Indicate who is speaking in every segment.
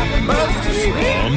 Speaker 1: From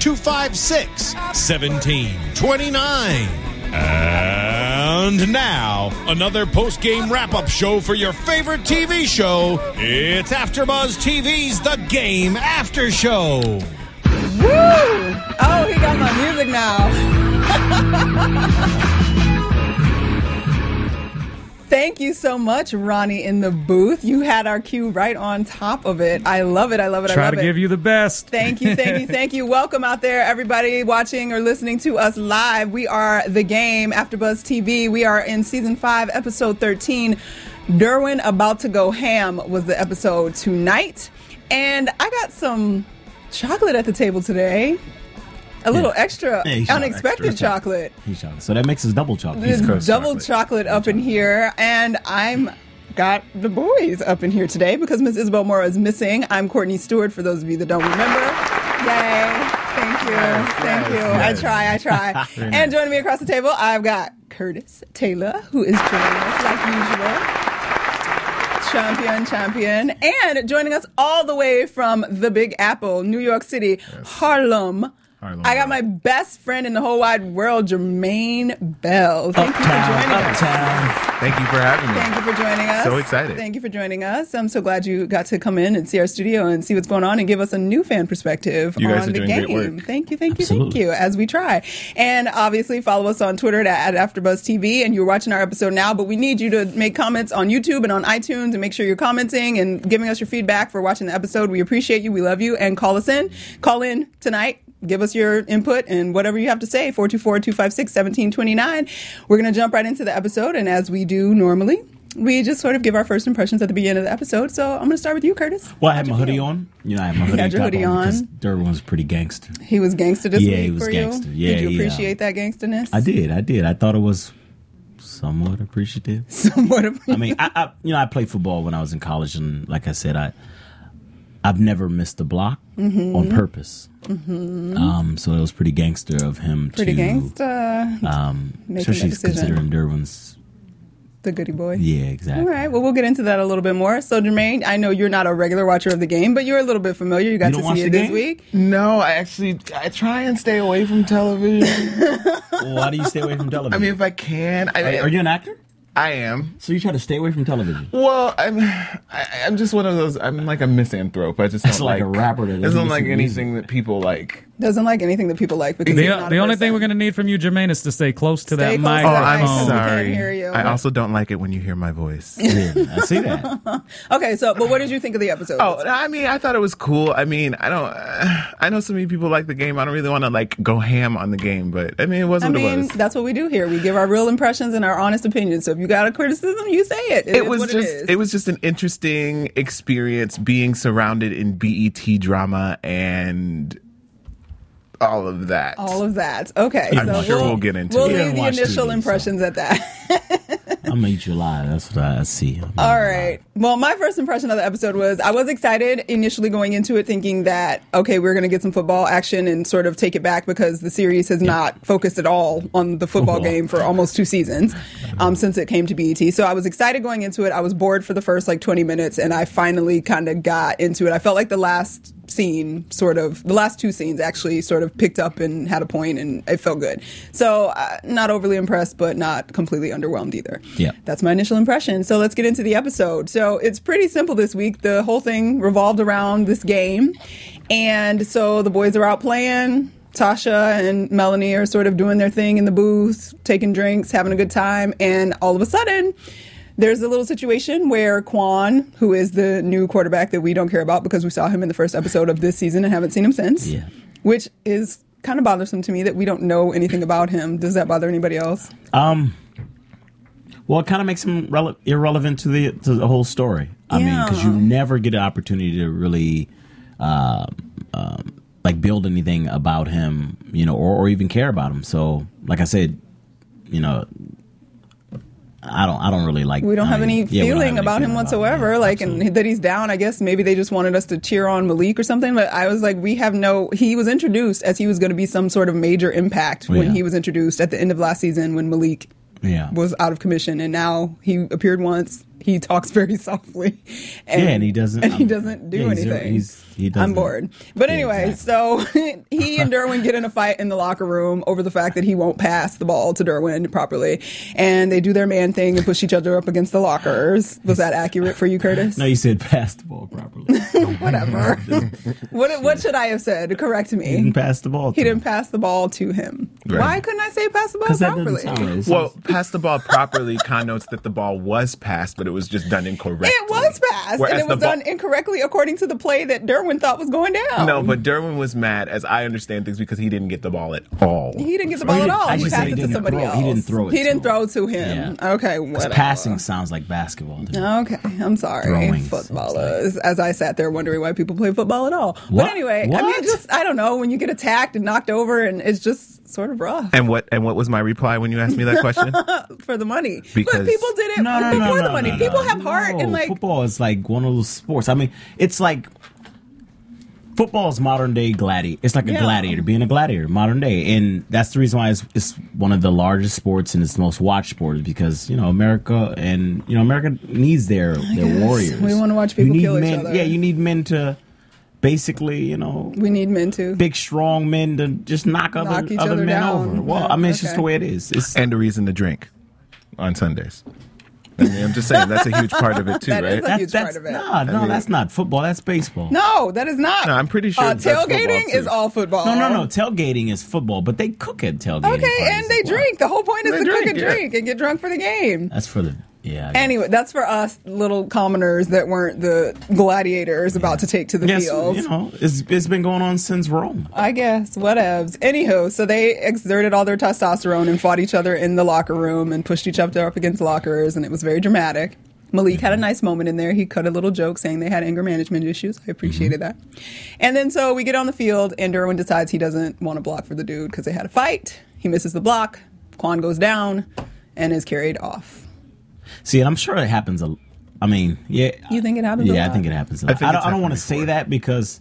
Speaker 1: 256 1729. And now, another post game wrap up show for your favorite TV show. It's AfterBuzz TV's The Game After Show.
Speaker 2: Woo! Oh, he got my music now. Thank you so much, Ronnie, in the booth. You had our cue right on top of it. I love it. I love it. I
Speaker 3: Try
Speaker 2: love
Speaker 3: to
Speaker 2: it.
Speaker 3: give you the best.
Speaker 2: Thank you, thank you, thank you. Welcome out there, everybody watching or listening to us live. We are the game after Buzz TV. We are in season five, episode thirteen. Derwin about to go ham was the episode tonight, and I got some chocolate at the table today. A little extra,
Speaker 4: Yeah, he's got
Speaker 2: unexpected
Speaker 4: extra
Speaker 2: chocolate.
Speaker 4: He's chocolate. So that makes us double chocolate.
Speaker 2: There's double chocolate, up in here, and I'm got the boys up in here today because Miss Isabel Mora is missing. I'm Courtney Stewart. For those of you that don't remember, yay! Thank you, thank you. I try, I try. and joining me across the table, I've got Curtis Taylor, who is joining us like usual champion, champion, and joining us all the way from the Big Apple, New York City, Harlem.
Speaker 4: Harlem.
Speaker 2: I got my best friend in the whole wide world, Jermaine Bell. Thank you for joining us.
Speaker 5: Thank you for having me.
Speaker 2: Thank you for joining us.
Speaker 5: So excited.
Speaker 2: Thank you for joining us. I'm so glad you got to come in and see our studio and see what's going on and give us a new fan perspective
Speaker 5: You
Speaker 2: on
Speaker 5: guys
Speaker 2: the
Speaker 5: are doing
Speaker 2: game.
Speaker 5: great work.
Speaker 2: Thank you, thank you, thank
Speaker 4: Absolutely.
Speaker 2: you. As we try, and obviously follow us on Twitter at, at AfterBuzzTV. And you're watching our episode now, but we need you to make comments on YouTube and on iTunes and make sure you're commenting and giving us your feedback for watching the episode. We appreciate you. We love you. And call us in. Call in tonight. Give us your input and whatever you have to say, 424 256 1729. We're going to jump right into the episode. And as we do normally, we just sort of give our first impressions at the beginning of the episode. So I'm going to start with you, Curtis.
Speaker 4: Well, I had my hoodie on. You know, I had my hoodie,
Speaker 2: had your
Speaker 4: top
Speaker 2: hoodie on.
Speaker 4: because Durbin was pretty gangster.
Speaker 2: He was gangster this
Speaker 4: Yeah,
Speaker 2: week
Speaker 4: he was
Speaker 2: for
Speaker 4: gangster.
Speaker 2: you.
Speaker 4: Yeah,
Speaker 2: Did you
Speaker 4: yeah.
Speaker 2: appreciate that gangsterness?
Speaker 4: I did. I did. I thought it was somewhat appreciative.
Speaker 2: Somewhat of
Speaker 4: I mean, I, I you know, I played football when I was in college, and like I said, I I've never missed a block
Speaker 2: Mm-hmm.
Speaker 4: on purpose. Um, so it was pretty gangster of him
Speaker 2: pretty
Speaker 4: to
Speaker 2: gangster.
Speaker 4: um,
Speaker 2: Making
Speaker 4: especially
Speaker 2: that decision.
Speaker 4: considering Durbin's.
Speaker 2: The goody boy.
Speaker 4: Yeah, exactly.
Speaker 2: All right. Well, we'll get into that a little bit more. So, Jermaine, I know you're not a regular watcher of the game, but you're a little bit familiar. You got
Speaker 4: You
Speaker 2: to
Speaker 4: don't
Speaker 2: see
Speaker 4: watch
Speaker 2: it
Speaker 4: the
Speaker 2: this
Speaker 4: game?
Speaker 2: week.
Speaker 5: No, I actually I try and stay away from television.
Speaker 4: Well, why do you stay away from television?
Speaker 5: I mean, if I can, I
Speaker 4: are, are you an actor?
Speaker 5: I am.
Speaker 4: So you try to stay away from television.
Speaker 5: Well, I'm. I, I'm just one of those. I'm like a misanthrope. I just don't
Speaker 4: It's like a rapper that
Speaker 5: It
Speaker 4: doesn't
Speaker 5: doesn't like
Speaker 4: listen to
Speaker 5: anything that people like.
Speaker 2: Doesn't like anything that people like because
Speaker 3: The,
Speaker 2: he's not
Speaker 3: the
Speaker 2: a
Speaker 3: only
Speaker 2: person.
Speaker 3: thing we're going to need from you, Jermaine, is to stay close to
Speaker 2: Stay
Speaker 3: that
Speaker 2: close to
Speaker 3: microphone.
Speaker 2: that I'm microphone. sorry. hear you.
Speaker 5: Oh, I also don't like it when you hear my voice.
Speaker 4: Yeah, I see that.
Speaker 2: Okay. So, but what did you think of the episode?
Speaker 5: Oh, I mean, I thought it was cool. I mean, I don't. I know so many people like the game. I don't really want to like go ham on the game, but I mean, it was
Speaker 2: I
Speaker 5: what it
Speaker 2: mean,
Speaker 5: was.
Speaker 2: that's what we do here. We give our real impressions and our honest opinions. So, if you got a criticism, you say it. It,
Speaker 5: it
Speaker 2: is
Speaker 5: was
Speaker 2: what
Speaker 5: just
Speaker 2: it, is.
Speaker 5: it, was just an interesting experience being surrounded in BET drama and all of that.
Speaker 2: all of that. Okay.
Speaker 5: I'm
Speaker 2: so
Speaker 5: sure we'll get into
Speaker 2: we'll
Speaker 5: it.
Speaker 4: We
Speaker 2: leave
Speaker 4: don't
Speaker 2: the
Speaker 4: watch
Speaker 2: initial
Speaker 4: TV, so.
Speaker 2: impressions at that.
Speaker 4: I'm gonna eat you alive. That's what I, I see. I'm
Speaker 2: All right. Well, my first impression of the episode was I was excited initially going into it, thinking that, okay, we're going to get some football action and sort of take it back because the series has not focused at all on the football
Speaker 4: Football.
Speaker 2: game for almost two seasons um, since it came to BET. So I was excited going into it. I was bored for the first like 20 minutes and I finally kind of got into it. I felt like the last scene sort of the last two scenes actually sort of picked up and had a point and it felt good so uh, not overly impressed but not completely underwhelmed either
Speaker 4: Yeah.
Speaker 2: that's my initial impression. So let's get into the episode. So it's pretty simple this week. The whole thing revolved around this game. And so the boys are out playing. Tasha and Melanie are sort of doing their thing in the booth, taking drinks, having a good time. And all of a sudden, There's a little situation where Quan, who is the new quarterback that we don't care about because we saw him in the first episode of this season and haven't seen him since,
Speaker 4: Yeah.
Speaker 2: which is kind of bothersome to me that we don't know anything about him. Does that bother anybody else?
Speaker 4: Um, well, it kind of makes him rele- irrelevant to the to the whole story. I mean, because you
Speaker 2: Yeah.
Speaker 4: never get an opportunity to really, uh, um, like build anything about him, you know, or, or even care about him. So, like I said, you know, I don't, I don't really like.
Speaker 2: We don't
Speaker 4: I
Speaker 2: have any
Speaker 4: mean, yeah, we don't have
Speaker 2: feeling
Speaker 4: any
Speaker 2: about him
Speaker 4: feeling about
Speaker 2: whatsoever.
Speaker 4: yeah,
Speaker 2: like, and
Speaker 4: absolutely.
Speaker 2: that he's down. I guess maybe they just wanted us to cheer on Malik or something. But I was like, we have no. He was introduced as he was going to be some sort of major impact when
Speaker 4: Yeah.
Speaker 2: he was introduced at the end of last season when Malik
Speaker 4: yeah,
Speaker 2: was out of commission, and now he appeared once. He talks very softly, and,
Speaker 4: Yeah, and he doesn't-
Speaker 2: And he
Speaker 4: I'm-
Speaker 2: doesn't do
Speaker 4: yeah, he's-
Speaker 2: anything.
Speaker 4: he's- he
Speaker 2: I'm
Speaker 4: doesn't-
Speaker 2: bored. But
Speaker 4: Yeah,
Speaker 2: anyway,
Speaker 4: exactly.
Speaker 2: so he and Derwin get in a fight in the locker room over the fact that he won't pass the ball to Derwin properly, and they do their man thing and push each other up against the lockers. Was that accurate for you, Curtis?
Speaker 4: no, you said pass the ball properly.
Speaker 2: Whatever. what what should I have said? Correct me.
Speaker 4: he didn't pass the ball.
Speaker 2: He didn't pass the ball to him.
Speaker 5: Right.
Speaker 2: Why couldn't I say pass the ball
Speaker 4: because that doesn't
Speaker 2: properly?
Speaker 4: sound right. It
Speaker 5: Well,
Speaker 4: sounds-
Speaker 5: pass the ball properly connotes that the ball was passed, but it was just done incorrectly.
Speaker 2: It was passed, and
Speaker 5: Whereas
Speaker 2: it
Speaker 5: the
Speaker 2: was
Speaker 5: ball-
Speaker 2: done incorrectly according to the play that Derwin thought was going down.
Speaker 5: No, but Derwin was mad, as I understand things, because he didn't get the ball at all.
Speaker 2: he didn't get the ball
Speaker 4: Well, he
Speaker 2: at
Speaker 4: didn't-
Speaker 2: all.
Speaker 4: I
Speaker 2: He
Speaker 4: should say
Speaker 2: passed
Speaker 4: he
Speaker 2: it to
Speaker 4: didn't
Speaker 2: somebody
Speaker 4: throw-
Speaker 2: else.
Speaker 4: he didn't throw it
Speaker 2: He didn't
Speaker 4: to
Speaker 2: throw
Speaker 4: him.
Speaker 2: it to him.
Speaker 4: Yeah.
Speaker 2: Okay,
Speaker 4: 'Cause
Speaker 2: whatever.
Speaker 4: passing sounds like basketball. to me.
Speaker 2: Okay, I'm sorry,
Speaker 4: Throwing
Speaker 2: footballers. As I sat there wondering why people play football at all.
Speaker 4: What?
Speaker 2: But anyway, I
Speaker 4: What?
Speaker 2: mean, just I don't know when you get attacked and knocked over, and it's just sort of rough
Speaker 5: And what and what was my reply when you asked me that question?
Speaker 2: for the money. but
Speaker 5: Because-
Speaker 2: people did it
Speaker 4: no, no,
Speaker 2: before
Speaker 4: no, no,
Speaker 2: the money.
Speaker 4: No, no,
Speaker 2: people have
Speaker 4: no.
Speaker 2: heart and like
Speaker 4: football is like one of those sports. I mean, it's like football is modern day gladiator. It's like a
Speaker 2: Yeah.
Speaker 4: gladiator being a gladiator, modern day, and that's the reason why it's, it's one of the largest sports and it's the most watched sport is because you know America and you know America needs their their
Speaker 2: guess.
Speaker 4: warriors.
Speaker 2: We wanna watch
Speaker 4: You
Speaker 2: people
Speaker 4: need
Speaker 2: kill each
Speaker 4: men-
Speaker 2: other.
Speaker 4: Yeah, you need men to basically you know
Speaker 2: we need men too.
Speaker 4: big strong men to just knock,
Speaker 2: Knock
Speaker 4: other
Speaker 2: each
Speaker 4: other,
Speaker 2: other
Speaker 4: men
Speaker 2: down.
Speaker 4: over. Well,
Speaker 2: Yeah,
Speaker 4: I mean it's just
Speaker 2: okay.
Speaker 4: the way it is. It's
Speaker 5: and a reason to drink on Sundays. I mean, I'm just saying that's a huge part of it too,
Speaker 2: That is
Speaker 5: right?
Speaker 2: a- huge part
Speaker 4: that's,
Speaker 2: of it.
Speaker 4: Nah, no,
Speaker 5: mean-
Speaker 4: that's not football. That's baseball.
Speaker 2: No, that is not.
Speaker 5: No, I'm pretty sure
Speaker 2: uh,
Speaker 5: that's football,
Speaker 2: tailgating
Speaker 5: too.
Speaker 2: is all football.
Speaker 4: No, no, no. Tailgating is football, but they cook at tailgating.
Speaker 2: Um, Okay,
Speaker 4: parties
Speaker 2: and they
Speaker 4: as well.
Speaker 2: drink. The whole point is
Speaker 5: They
Speaker 2: to cook
Speaker 5: drink,
Speaker 2: and
Speaker 5: yeah.
Speaker 2: drink and get drunk for the game.
Speaker 4: That's for the yeah. I guess.
Speaker 2: Anyway, that's for us little commoners that weren't the gladiators about to take to the
Speaker 4: Yes,
Speaker 2: field.
Speaker 4: you know, it's it's been going on since Rome.
Speaker 2: I guess, whatevs. Anywho, so they exerted all their testosterone and fought each other in the locker room and pushed each other up against lockers, and it was very dramatic. Malik had a nice moment in there. He cut a little joke saying they had anger management issues. I appreciated
Speaker 4: Mm-hmm.
Speaker 2: that. And then so we get on the field, and Derwin decides he doesn't want to block for the dude because they had a fight. He misses the block. Quan goes down and is carried off.
Speaker 4: See, and I'm sure it happens a. I mean, yeah.
Speaker 2: You think it happens a
Speaker 4: Yeah,
Speaker 2: lot?
Speaker 4: I think it happens.
Speaker 5: I
Speaker 4: A lot.
Speaker 5: think
Speaker 4: I, don't,
Speaker 5: it's
Speaker 4: I don't want to
Speaker 5: happened
Speaker 4: say
Speaker 5: before.
Speaker 4: that because,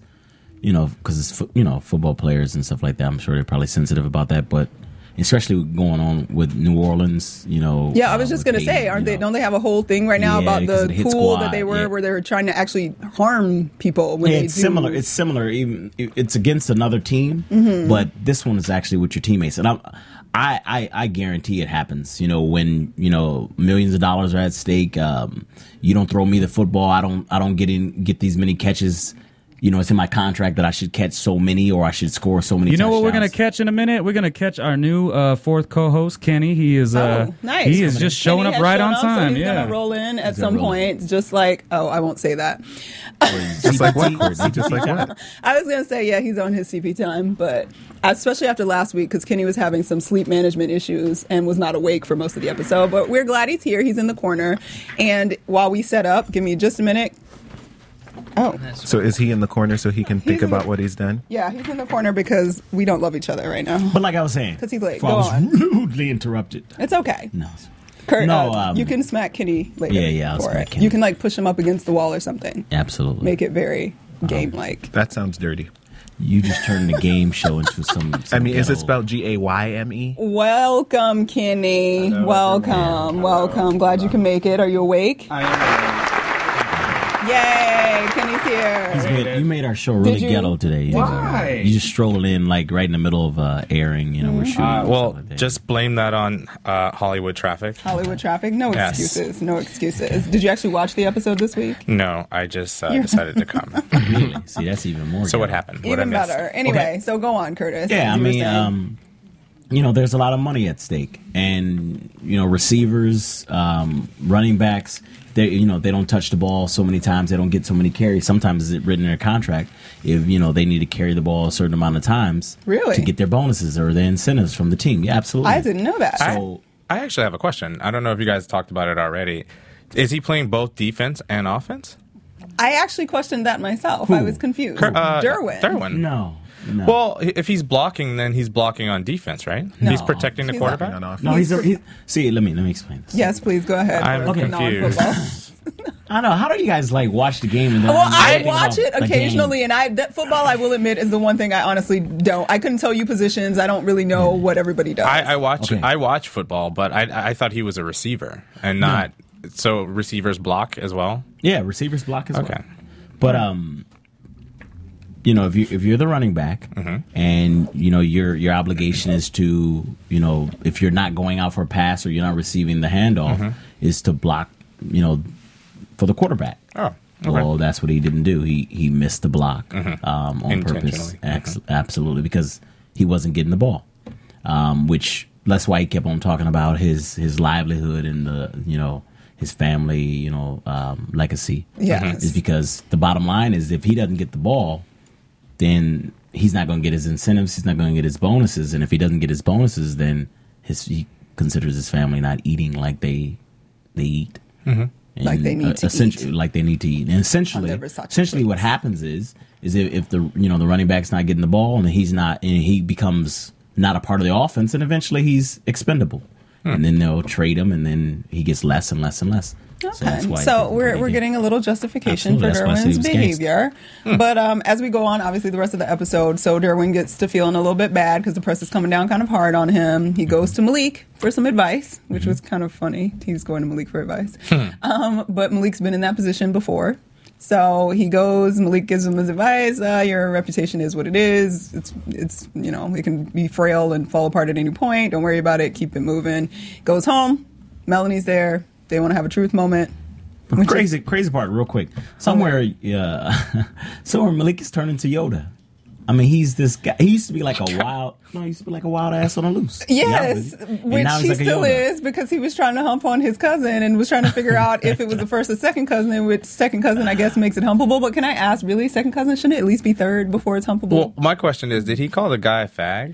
Speaker 4: you know, because it's fo- you know football players and stuff like that. I'm sure they're probably sensitive about that, but especially going on with New Orleans, you know.
Speaker 2: Yeah, I
Speaker 4: uh,
Speaker 2: was just
Speaker 4: with
Speaker 2: gonna say,
Speaker 4: Aiden,
Speaker 2: aren't
Speaker 4: you
Speaker 2: they?
Speaker 4: know.
Speaker 2: Don't they have a whole thing right now
Speaker 4: Yeah,
Speaker 2: about
Speaker 4: because of
Speaker 2: the
Speaker 4: the hit
Speaker 2: pool that
Speaker 4: squad,
Speaker 2: they were,
Speaker 4: yeah.
Speaker 2: where they were trying to actually harm people when
Speaker 4: Yeah,
Speaker 2: they
Speaker 4: it's
Speaker 2: do- Mm-hmm.
Speaker 4: similar. It's similar. Even it's against another team, but this one is actually with your teammates. And I'm, I, I, I guarantee it happens. You know, when you know millions of dollars are at stake, um, you don't throw me the football. I don't. I don't get in. Get these many catches. You know, it's in my contract that I should catch so many, or I should score so many.
Speaker 3: You know what we're gonna
Speaker 4: touchdowns.
Speaker 3: catch in a minute? We're gonna catch our new uh, fourth co-host Kenny. He is uh,
Speaker 2: Oh, nice.
Speaker 3: he is just showing
Speaker 2: And he
Speaker 3: up
Speaker 2: has
Speaker 3: right
Speaker 2: shown
Speaker 3: on
Speaker 2: so
Speaker 3: time.
Speaker 2: he's
Speaker 3: yeah,
Speaker 2: gonna roll in at
Speaker 4: gonna
Speaker 2: some
Speaker 4: roll in.
Speaker 2: point, just like oh, I won't say that.
Speaker 5: Just like what, Courtney? Just like what?
Speaker 2: I was gonna say yeah, he's on his CP time, but especially after last week because Kenny was having some sleep management issues and was not awake for most of the episode. But we're glad he's here. He's in the corner, and while we set up, give me just a minute. Oh.
Speaker 5: So is he in the corner so he can think
Speaker 2: in the-
Speaker 5: about what he's done?
Speaker 2: Yeah, he's in the corner because we don't love each other right now.
Speaker 4: But like I was saying,
Speaker 2: 'Cause he's late.
Speaker 4: before I
Speaker 2: Go
Speaker 4: was
Speaker 2: on.
Speaker 4: rudely interrupted.
Speaker 2: It's okay.
Speaker 4: No.
Speaker 2: Kurt,
Speaker 4: No,
Speaker 2: uh,
Speaker 4: um,
Speaker 2: you can smack Kenny later.
Speaker 4: Yeah, yeah, I'll
Speaker 2: for
Speaker 4: smack
Speaker 2: it.
Speaker 4: Kenny.
Speaker 2: You can like push him up against the wall or something.
Speaker 4: Absolutely.
Speaker 2: Make it very
Speaker 6: Uh-huh.
Speaker 2: game like.
Speaker 5: That sounds dirty.
Speaker 4: You just turned the game show into some.
Speaker 5: I
Speaker 4: some
Speaker 5: mean, is it
Speaker 4: ghetto-
Speaker 5: spelled G A Y M E?
Speaker 2: Welcome, Kenny.
Speaker 7: Hello,
Speaker 2: welcome,
Speaker 7: everyone.
Speaker 2: welcome.
Speaker 7: Hello.
Speaker 2: Glad you can make it. Are you awake?
Speaker 7: I am.
Speaker 2: Yay, Kenny's
Speaker 4: You
Speaker 2: here.
Speaker 4: made, you made our show really
Speaker 2: Did you?
Speaker 4: ghetto today. You
Speaker 7: Why?
Speaker 4: Just, you just strolled in like right in the middle of uh, airing. You know,
Speaker 2: Mm-hmm.
Speaker 4: we're shooting.
Speaker 2: Ah,
Speaker 4: and
Speaker 6: Well,
Speaker 4: stuff like that.
Speaker 6: just blame that on uh, Hollywood traffic.
Speaker 2: Hollywood traffic. No
Speaker 6: Yes.
Speaker 2: excuses. No excuses. Did you actually watch the episode this week?
Speaker 6: No, I just uh, decided to come.
Speaker 4: really. See, that's even more.
Speaker 6: so what
Speaker 4: ghetto.
Speaker 6: happened? What I
Speaker 2: Even
Speaker 6: missed?
Speaker 2: better. Anyway, so go on, Curtis.
Speaker 4: Yeah, I
Speaker 2: You were
Speaker 4: mean,
Speaker 2: saying-
Speaker 4: um, you know, there's a lot of money at stake, and you know, receivers, um, running backs, they you know they don't touch the ball so many times, they don't get so many carries. Sometimes it's written in their contract if you know they need to carry the ball a certain amount of times,
Speaker 2: Really?
Speaker 4: to get their bonuses or their incentives from the team. Yeah, absolutely.
Speaker 2: I didn't know that.
Speaker 4: So
Speaker 6: I actually have a question. I don't know if you guys talked about it already. Is he playing both defense and offense?
Speaker 2: I actually questioned that myself. I was confused.
Speaker 6: Uh,
Speaker 2: Derwin.
Speaker 6: Derwin.
Speaker 4: no, no.
Speaker 6: Well, i- if he's blocking, then he's blocking on defense, right? He's protecting the
Speaker 2: He's
Speaker 6: quarterback.
Speaker 5: on offense.
Speaker 4: no, he's, a, he, see. Let me let me explain this.
Speaker 2: Yes, please go ahead.
Speaker 6: I'm
Speaker 2: for
Speaker 6: confused.
Speaker 2: non-football.
Speaker 4: I don't know. How do you guys like watch the game and then
Speaker 2: Well,
Speaker 4: and then
Speaker 2: I
Speaker 4: think
Speaker 2: watch it
Speaker 4: about the game?
Speaker 2: occasionally, and I that football, I will admit, is the one thing I honestly don't. I couldn't tell you positions. I don't really know what everybody does.
Speaker 6: I, I watch
Speaker 4: Okay.
Speaker 6: I watch football, but I I thought he was a receiver and not so receivers block as well.
Speaker 4: Yeah, receivers block as
Speaker 6: Okay.
Speaker 4: well. But um, you know, if you if you're the running back, and you know your your obligation is to you know if you're not going out for a pass or you're not receiving the handoff, is to block you know for the quarterback.
Speaker 6: Oh, okay. Mm-hmm.
Speaker 4: Well, that's what he didn't do. He he missed the block um, on purpose,
Speaker 6: Intentionally. Mm-hmm.
Speaker 4: Ex- absolutely, because he wasn't getting the ball. Um, which that's why he kept on talking about his his livelihood and the you know his family you know um, legacy.
Speaker 2: Yes.
Speaker 4: is because the bottom line is if he doesn't get the ball, then he's not going to get his incentives. He's not going to get his bonuses, and if he doesn't get his bonuses, then his he considers his family not eating like they they eat.
Speaker 6: Mm-hmm.
Speaker 4: And, uh,
Speaker 2: Like they need to
Speaker 4: essentially,
Speaker 2: eat.
Speaker 4: like they need to eat. And essentially,
Speaker 2: On the Versace
Speaker 4: essentially, what
Speaker 2: plates.
Speaker 4: happens is is if, if the you know the running back's not getting the ball and he's not and he becomes not a part of the offense, and eventually he's expendable. And then they'll trade him, and then he gets less and less and less.
Speaker 2: Okay. Um, So, we're, we're getting a little justification
Speaker 4: Absolutely,
Speaker 2: for
Speaker 4: that's why I said he
Speaker 2: Derwin's
Speaker 4: was gangsta.
Speaker 2: behavior.
Speaker 4: Hmm.
Speaker 2: But um, as we go on, obviously, the rest of the episode, so Derwin gets to feeling a little bit bad because the press is coming down kind of hard on him. He goes to Malik for some advice, which
Speaker 4: Hmm.
Speaker 2: was kind of funny. He's going to Malik for advice. um, but Malik's been in that position before. So he goes. Malik gives him his advice. Uh, your reputation is what it is. It's it's you know it can be frail and fall apart at any point. Don't worry about it. Keep it moving. Goes home. Melanie's there. They want to have a truth moment. Which is-
Speaker 4: crazy crazy part real quick. Somewhere, yeah, somewhere Malik is turning to Yoda. I mean, he's this guy. He used to be like a wild. No, he used to be like a wild ass on the loose.
Speaker 2: Yes,
Speaker 4: Yeah, and
Speaker 2: which
Speaker 4: now he's
Speaker 2: he
Speaker 4: like a
Speaker 2: still
Speaker 4: Yoda.
Speaker 2: is because he was trying to hump on his cousin and was trying to figure out if it was the first or second cousin. Which second cousin, I guess, makes it humpable. But can I ask, really, second cousin shouldn't it at least be third before it's
Speaker 6: Well,
Speaker 2: humpable?
Speaker 6: my question is, did he call the guy a fag?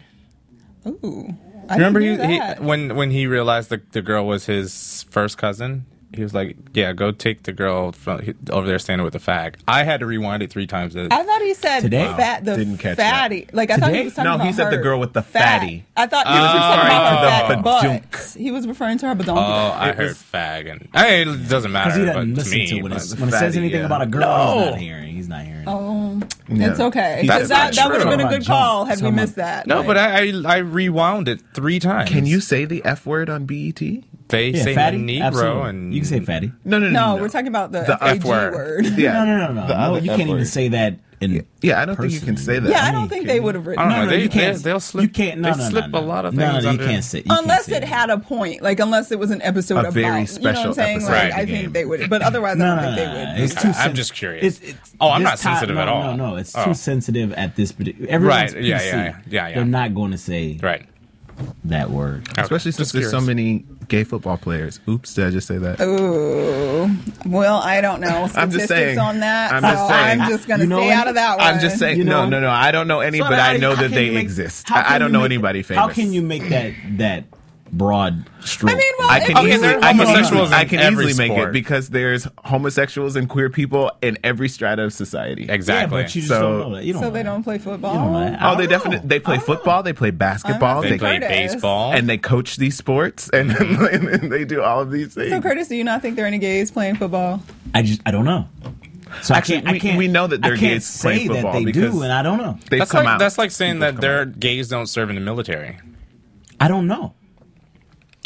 Speaker 2: Ooh, I
Speaker 6: Remember he,
Speaker 2: didn't hear
Speaker 6: he
Speaker 2: that.
Speaker 6: when when he realized the the girl was his first cousin. He was like, "Yeah, go take the girl from, over there standing with a fag." I had to rewind it three times. to-
Speaker 2: I thought he said
Speaker 4: Today?
Speaker 2: fat the
Speaker 5: Didn't catch that.
Speaker 2: fatty. Like I thought he
Speaker 4: Today?
Speaker 2: was talking
Speaker 5: No,
Speaker 2: about
Speaker 5: he said the
Speaker 2: her.
Speaker 5: girl with the
Speaker 2: Fat.
Speaker 5: fatty.
Speaker 2: I thought he
Speaker 6: Oh,
Speaker 2: was
Speaker 5: sorry,
Speaker 2: referring
Speaker 5: the
Speaker 2: about her fat
Speaker 5: badunk.
Speaker 2: butt. He was referring to her badonk.
Speaker 6: oh, I heard fag, and hey, it
Speaker 4: Because
Speaker 6: doesn't matter.
Speaker 4: he
Speaker 6: but
Speaker 4: doesn't
Speaker 6: to
Speaker 4: listen
Speaker 6: me,
Speaker 4: to, when,
Speaker 6: but-
Speaker 4: it's, when it says
Speaker 5: fatty,
Speaker 4: anything
Speaker 5: yeah.
Speaker 4: about a girl.
Speaker 6: No.
Speaker 4: He's not hearing. He's not hearing.
Speaker 2: Um, It's okay.
Speaker 5: That's
Speaker 2: Because that,
Speaker 5: not
Speaker 2: that would have
Speaker 6: true.
Speaker 2: been a good
Speaker 4: Someone-
Speaker 2: call had we
Speaker 4: someone-
Speaker 2: missed that.
Speaker 6: no,
Speaker 2: Like-
Speaker 6: but I, I I rewound it three times.
Speaker 5: Can you say the F word on E BET?
Speaker 6: They
Speaker 4: Yeah,
Speaker 6: say
Speaker 4: fatty.
Speaker 6: Negro,
Speaker 4: absolutely.
Speaker 6: and
Speaker 4: you can say fatty.
Speaker 5: No, no, no.
Speaker 2: no, we're talking about the,
Speaker 5: The
Speaker 2: F
Speaker 5: F
Speaker 2: word.
Speaker 6: word.
Speaker 5: Yeah.
Speaker 4: No, no, no, no.
Speaker 5: The
Speaker 4: no
Speaker 5: other
Speaker 4: you can't
Speaker 5: F
Speaker 4: even
Speaker 5: word.
Speaker 4: say that in.
Speaker 5: Yeah, I don't think you can say that.
Speaker 2: Yeah, I
Speaker 4: Are
Speaker 2: don't
Speaker 4: you
Speaker 2: think
Speaker 4: kidding
Speaker 2: they
Speaker 4: me?
Speaker 2: would have
Speaker 6: I
Speaker 2: written.
Speaker 6: don't
Speaker 4: No,
Speaker 6: know.
Speaker 4: no,
Speaker 6: they,
Speaker 4: you can't.
Speaker 6: They, will slip.
Speaker 4: You can't. No,
Speaker 6: they
Speaker 4: no, no,
Speaker 6: slip
Speaker 4: no,
Speaker 6: a lot of
Speaker 4: no,
Speaker 6: things.
Speaker 4: No, no, you
Speaker 6: under-
Speaker 4: can't say. you can't
Speaker 2: unless
Speaker 4: say
Speaker 2: it had a point, like unless it was an episode
Speaker 5: A very
Speaker 2: about, you know what I'm
Speaker 5: special
Speaker 2: saying?
Speaker 5: episode
Speaker 2: Like,
Speaker 6: of
Speaker 2: I
Speaker 5: the
Speaker 2: think
Speaker 5: game.
Speaker 2: they would, but otherwise, I
Speaker 4: No,
Speaker 2: don't
Speaker 4: no,
Speaker 2: think they
Speaker 4: no,
Speaker 2: would.
Speaker 4: It's too.
Speaker 6: I'm
Speaker 4: sen-
Speaker 6: just curious. Oh, I'm
Speaker 4: this
Speaker 6: not sensitive
Speaker 4: no,
Speaker 6: at all.
Speaker 4: No, no, it's
Speaker 6: Oh.
Speaker 4: too sensitive at this. parti- Everyone's
Speaker 6: Right, yeah,
Speaker 4: PC.
Speaker 6: yeah, yeah, yeah.
Speaker 4: They're not going to say
Speaker 6: Right.
Speaker 4: that word.
Speaker 5: Especially since
Speaker 6: Just
Speaker 5: there's so
Speaker 6: curious.
Speaker 5: many gay football players. Oops, did I just say that?
Speaker 2: Oh, Ooh. Well, I don't know statistics
Speaker 5: I'm just saying.
Speaker 2: on that.
Speaker 5: I'm
Speaker 2: so
Speaker 5: just saying.
Speaker 2: I'm just going to
Speaker 4: You know
Speaker 2: stay
Speaker 4: what?
Speaker 2: out of that one.
Speaker 5: I'm just saying.
Speaker 4: You
Speaker 5: no,
Speaker 4: know-
Speaker 5: no, no. I don't know any,
Speaker 4: So,
Speaker 5: but I know
Speaker 4: how
Speaker 5: that
Speaker 4: can
Speaker 5: they
Speaker 4: you make-
Speaker 5: exist.
Speaker 4: how
Speaker 5: I, I
Speaker 4: can
Speaker 5: don't
Speaker 4: you
Speaker 5: know
Speaker 4: make-
Speaker 5: anybody famous.
Speaker 4: How can you make that that broad stroke?
Speaker 2: I mean, well,
Speaker 5: I
Speaker 2: if
Speaker 5: can
Speaker 2: you-
Speaker 6: Okay,
Speaker 5: easily,
Speaker 6: there are
Speaker 5: I can
Speaker 6: homosexuals
Speaker 5: easily, I
Speaker 6: in
Speaker 5: can
Speaker 6: every
Speaker 5: easily make it
Speaker 6: sport.
Speaker 5: because there's homosexuals and queer people in every strata of society.
Speaker 4: yeah,
Speaker 6: Exactly.
Speaker 4: but you just
Speaker 5: So-
Speaker 4: don't know that. You don't
Speaker 2: so
Speaker 4: know
Speaker 2: they
Speaker 4: that.
Speaker 2: don't play
Speaker 4: You don't
Speaker 2: football.
Speaker 4: know that. I
Speaker 5: Oh, they
Speaker 4: don't know.
Speaker 5: definitely they
Speaker 4: I
Speaker 5: play
Speaker 4: don't
Speaker 5: football, they play basketball,
Speaker 2: I'm
Speaker 5: they
Speaker 6: they
Speaker 2: not
Speaker 5: play,
Speaker 6: play
Speaker 2: Curtis.
Speaker 6: baseball.
Speaker 5: and they coach these sports, and, and they do all of these things.
Speaker 2: So, Curtis, do you not think there are any gays playing football?
Speaker 4: know. I just I don't know. So
Speaker 5: Actually,
Speaker 4: I
Speaker 5: we-
Speaker 4: can't, I can't,
Speaker 5: we know that
Speaker 4: I
Speaker 5: they're
Speaker 4: can't
Speaker 5: gays play
Speaker 4: say that
Speaker 5: football
Speaker 4: they
Speaker 5: because-
Speaker 4: do, and I don't know.
Speaker 5: They've
Speaker 6: That's
Speaker 5: come
Speaker 6: like
Speaker 5: out.
Speaker 6: that's like saying that
Speaker 5: come
Speaker 6: their gays don't serve in the military.
Speaker 4: I don't know.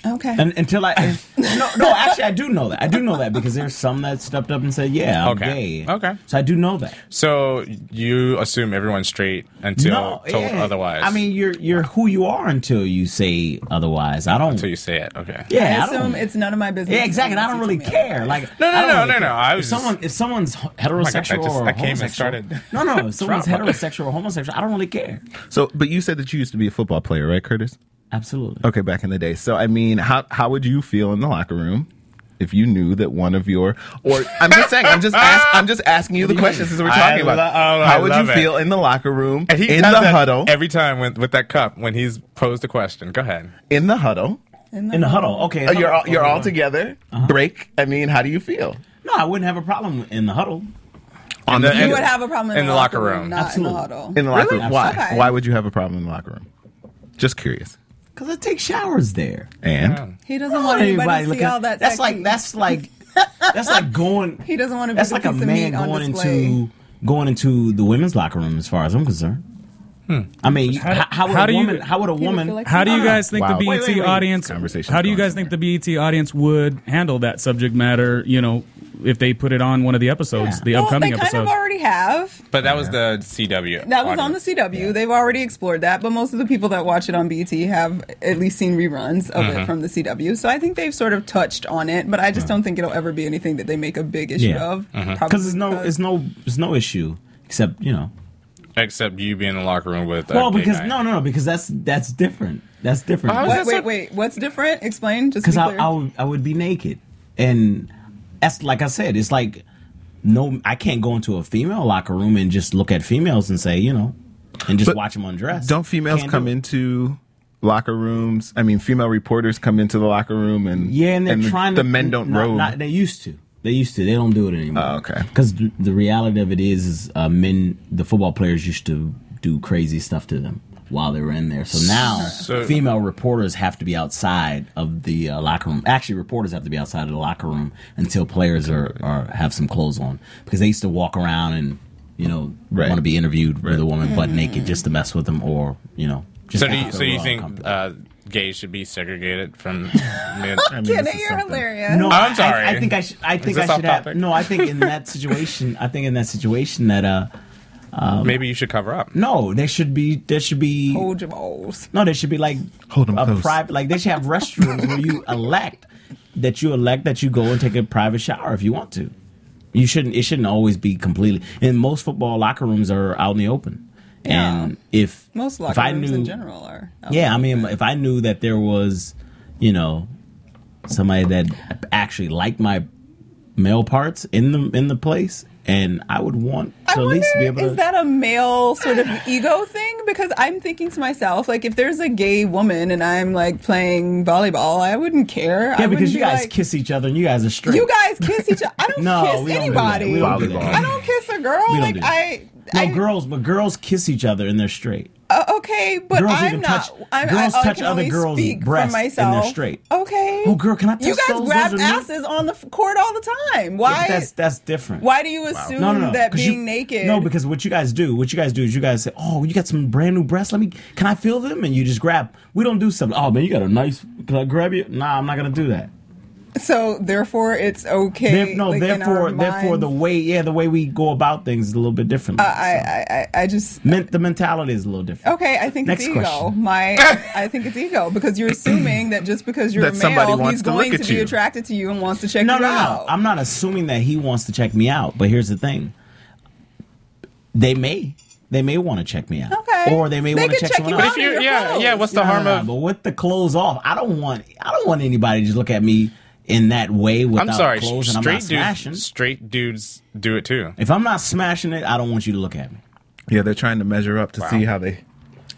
Speaker 2: Okay.
Speaker 4: And, until I no no actually I do know that I do know that because there's some that stepped up and said yeah I'm
Speaker 6: Okay.
Speaker 4: gay
Speaker 6: Okay.
Speaker 4: so I do know that
Speaker 6: So you assume everyone's straight until told
Speaker 4: yeah.
Speaker 6: otherwise.
Speaker 4: I mean you're you're who you are until you say otherwise I don't
Speaker 6: until you say it. Okay.
Speaker 4: yeah
Speaker 2: I
Speaker 4: I don't-
Speaker 2: assume it's none of my business.
Speaker 4: Yeah, exactly. And I don't
Speaker 2: unless
Speaker 4: really
Speaker 2: you tell me
Speaker 4: care.
Speaker 2: otherwise.
Speaker 4: Like
Speaker 6: No, no,
Speaker 4: I don't
Speaker 6: no,
Speaker 4: really
Speaker 6: no,
Speaker 4: care.
Speaker 6: no. I
Speaker 4: If
Speaker 6: was Oh
Speaker 4: someone if someone's h- heterosexual
Speaker 6: just-
Speaker 4: or
Speaker 6: I came and
Speaker 4: homosexual-
Speaker 6: started
Speaker 4: No, no. If someone's
Speaker 6: drama.
Speaker 4: heterosexual or homosexual, I don't really care.
Speaker 5: So, but you said that you used to be a football player, right, Curtis?
Speaker 4: Absolutely.
Speaker 5: Okay, back in the day. So I mean, how how would you feel in the locker room if you knew that one of your or I'm just saying, I'm just ask, I'm just asking you the questions as we're
Speaker 6: I
Speaker 5: talking about.
Speaker 6: lo- oh, I
Speaker 5: how would
Speaker 6: love
Speaker 5: you
Speaker 6: it.
Speaker 5: feel in the locker room
Speaker 6: And he
Speaker 5: in
Speaker 6: does
Speaker 5: the
Speaker 6: that
Speaker 5: huddle?
Speaker 6: every time with, with that cup when he's posed a question. Go ahead.
Speaker 5: in the huddle.
Speaker 4: In the huddle. Okay.
Speaker 5: Uh,
Speaker 6: Oh,
Speaker 5: You're all, you're all
Speaker 4: Okay.
Speaker 5: together.
Speaker 6: Uh-huh.
Speaker 5: Break. I mean, how do you feel?
Speaker 4: No, I wouldn't have a problem in the huddle.
Speaker 5: On the,
Speaker 2: You
Speaker 6: and-
Speaker 5: in,
Speaker 2: would have a problem in,
Speaker 6: in
Speaker 2: the, locker room, not in
Speaker 4: Absolutely.
Speaker 2: the huddle.
Speaker 5: in the locker room. Why?
Speaker 2: Okay.
Speaker 5: Why would you have a problem in the locker room? Just curious.
Speaker 4: Because I take showers there.
Speaker 5: And
Speaker 2: he doesn't want anybody to see
Speaker 4: looking-
Speaker 2: all that.
Speaker 4: That's
Speaker 2: sexy.
Speaker 4: like that's like that's like going.
Speaker 2: He doesn't want to be
Speaker 4: That's
Speaker 2: the
Speaker 4: like a
Speaker 2: piece of
Speaker 4: man
Speaker 2: meat on
Speaker 4: going
Speaker 2: display.
Speaker 4: into going into the women's locker room, as far as I'm concerned. I mean, how, how, would
Speaker 3: how
Speaker 4: a
Speaker 3: do you-
Speaker 4: woman? how would a
Speaker 2: would
Speaker 4: woman?
Speaker 2: feel like-
Speaker 3: How do you guys think
Speaker 5: Wow.
Speaker 3: the
Speaker 5: Wait,
Speaker 3: BET
Speaker 5: wait, wait.
Speaker 3: audience?
Speaker 5: Conversation's
Speaker 3: How do you
Speaker 5: going
Speaker 3: guys think the BET audience would handle that subject matter? You know, if they put it on one of the episodes,
Speaker 4: Yeah.
Speaker 3: the
Speaker 2: well,
Speaker 3: upcoming
Speaker 2: they
Speaker 3: episodes.
Speaker 2: kind of already have.
Speaker 6: But that was the CW.
Speaker 2: That was on the
Speaker 6: audience.
Speaker 2: CW. They've already explored that, but most of the people that watch it on BT have at least seen reruns of
Speaker 4: Mm-hmm.
Speaker 2: it from the CW. So I think they've sort of touched on it, but I just don't think it'll ever be anything that they make a big issue
Speaker 4: Mm. Yeah.
Speaker 2: of. Probably
Speaker 4: Because it's no, it's no, it's no issue except you know.
Speaker 6: Except you being in the locker room with. uh,
Speaker 4: Well,
Speaker 6: Date
Speaker 4: because
Speaker 6: Night.
Speaker 4: no, no, no, because that's that's different. That's different.
Speaker 6: How is
Speaker 2: Wait,
Speaker 6: That's
Speaker 2: wait,
Speaker 6: what-
Speaker 2: wait. What's different? Explain. Just
Speaker 4: because
Speaker 2: because
Speaker 4: I, I, would, I would be naked and that's like i said it's like no i can't go into a female locker room and just look at females and say you know and just
Speaker 5: But
Speaker 4: watch them undress
Speaker 5: don't females
Speaker 4: Can't
Speaker 5: come
Speaker 4: do it.
Speaker 5: into locker rooms? I mean, female reporters come into the locker room and
Speaker 4: yeah and they're trying
Speaker 5: the
Speaker 4: to
Speaker 5: men don't
Speaker 4: not-
Speaker 5: robe.
Speaker 4: not- they used to they used to they don't do it anymore
Speaker 5: Oh, okay.
Speaker 4: because the, the reality of it is is uh, men the football players used to do crazy stuff to them while they were in there so now
Speaker 6: So-
Speaker 4: female reporters have to be outside of the uh, locker room actually reporters have to be outside of the locker room until players are, are have some clothes on because they used to walk around and you know
Speaker 5: Right.
Speaker 4: want to be interviewed with a woman butt naked just to mess with them or you know just
Speaker 6: So do
Speaker 4: make
Speaker 6: you,
Speaker 4: them
Speaker 6: so you
Speaker 4: feel
Speaker 6: think
Speaker 4: uncomfortable.
Speaker 6: uh, gays should be segregated from? men?
Speaker 2: yeah,
Speaker 5: this is
Speaker 2: you're
Speaker 5: something.
Speaker 2: hilarious.
Speaker 4: No,
Speaker 6: I'm
Speaker 4: I-
Speaker 6: sorry.
Speaker 4: I, think I should. I think
Speaker 6: this
Speaker 4: I should
Speaker 6: off
Speaker 4: have.
Speaker 6: topic?
Speaker 4: No, I think in that situation, I think in that situation that uh,
Speaker 6: Maybe you should cover up.
Speaker 4: no, there should be there should be
Speaker 2: Hold your balls.
Speaker 4: no, there should be like
Speaker 5: Hold 'em
Speaker 4: a
Speaker 5: close.
Speaker 4: private like they should have restrooms where you elect that you elect that you go and take a private shower if you want to. You shouldn't. It shouldn't always be completely. And most football locker rooms are out in the open. And if
Speaker 2: Most
Speaker 4: if
Speaker 2: locker
Speaker 4: I
Speaker 2: rooms in
Speaker 4: knew-
Speaker 2: general are. Oh.
Speaker 4: Yeah, I mean, if I knew that there was, you know, somebody that actually liked my male parts in the in the place, and I would want
Speaker 2: I
Speaker 4: to at
Speaker 2: wonder,
Speaker 4: least be able to.
Speaker 2: is that a male sort of ego thing? Because I'm thinking to myself, like, if there's a gay woman and I'm like playing volleyball, I wouldn't care. I
Speaker 4: yeah,
Speaker 2: wouldn't
Speaker 4: because you
Speaker 2: be
Speaker 4: guys
Speaker 2: like,
Speaker 4: kiss each other and you guys are straight.
Speaker 2: You guys kiss each other. I don't
Speaker 4: No,
Speaker 2: kiss
Speaker 4: we don't do that.
Speaker 2: anybody.
Speaker 4: We don't do
Speaker 5: Volleyball.
Speaker 4: that.
Speaker 2: I don't kiss a girl.
Speaker 4: We don't
Speaker 2: like
Speaker 4: do that.
Speaker 2: I,
Speaker 4: No,
Speaker 2: I
Speaker 4: girls, but girls kiss each other and they're straight.
Speaker 2: uh, okay, but
Speaker 4: Girls
Speaker 2: I'm
Speaker 4: even
Speaker 2: not.
Speaker 4: touch-
Speaker 2: I'm,
Speaker 4: girls
Speaker 2: I, I
Speaker 4: touch
Speaker 2: can
Speaker 4: other
Speaker 2: only
Speaker 4: girls'
Speaker 2: speak for
Speaker 4: breasts and they're
Speaker 2: myself.
Speaker 4: straight.
Speaker 2: Okay.
Speaker 4: Oh, girl, can I
Speaker 2: You
Speaker 4: touch
Speaker 2: guys
Speaker 4: those?
Speaker 2: grab
Speaker 4: Those are new-
Speaker 2: asses on the f- court all the time.
Speaker 4: Yeah,
Speaker 2: Why?
Speaker 4: but that's that's different.
Speaker 2: why do you assume
Speaker 4: No, no, no.
Speaker 2: that
Speaker 4: 'cause
Speaker 2: being
Speaker 4: you-
Speaker 2: naked?
Speaker 4: No, because what you guys do, what you guys do is you guys say, "Oh, you got some brand new breasts. Let me, can I feel them?" And you just grab. We don't do something. Oh man, you got a nice. Can I grab you? Nah, I'm not gonna do that.
Speaker 2: so therefore it's okay.
Speaker 4: There- no,
Speaker 2: like, in our
Speaker 4: therefore, therefore the
Speaker 2: minds.
Speaker 4: way, yeah, the way we go about things is a little bit different.
Speaker 2: I, I, I, I just
Speaker 4: Men- the mentality is a little different.
Speaker 2: Okay, I think
Speaker 4: Next
Speaker 2: it's ego.
Speaker 4: question.
Speaker 2: My, I think it's ego because you're assuming that just because you're
Speaker 5: That
Speaker 2: a
Speaker 5: somebody
Speaker 2: male,
Speaker 5: wants
Speaker 2: he's
Speaker 5: to
Speaker 2: going
Speaker 5: look
Speaker 2: to
Speaker 5: at
Speaker 2: be
Speaker 5: you.
Speaker 2: attracted to you and wants to check
Speaker 4: No,
Speaker 2: you
Speaker 4: no, no.
Speaker 2: out.
Speaker 4: I'm not assuming that he wants to check me out. But here's the thing: they may, they may want to check me out,
Speaker 2: Okay.
Speaker 4: or they may
Speaker 2: They
Speaker 4: want to
Speaker 2: could
Speaker 4: check
Speaker 2: check
Speaker 4: someone
Speaker 2: you
Speaker 4: out.
Speaker 2: out
Speaker 6: If you,
Speaker 2: your
Speaker 6: yeah,
Speaker 2: clothes.
Speaker 6: yeah. What's the harm
Speaker 4: Nah,
Speaker 6: of?
Speaker 4: But with the clothes off, I don't want. I don't want anybody to just look at me in that way without
Speaker 6: I'm sorry.
Speaker 4: clothes, and I'm
Speaker 6: Straight
Speaker 4: not smashing.
Speaker 6: dudes. Straight dudes do it too.
Speaker 4: If I'm not smashing it, I don't want you to look at me.
Speaker 5: Yeah, they're trying to measure up to see how they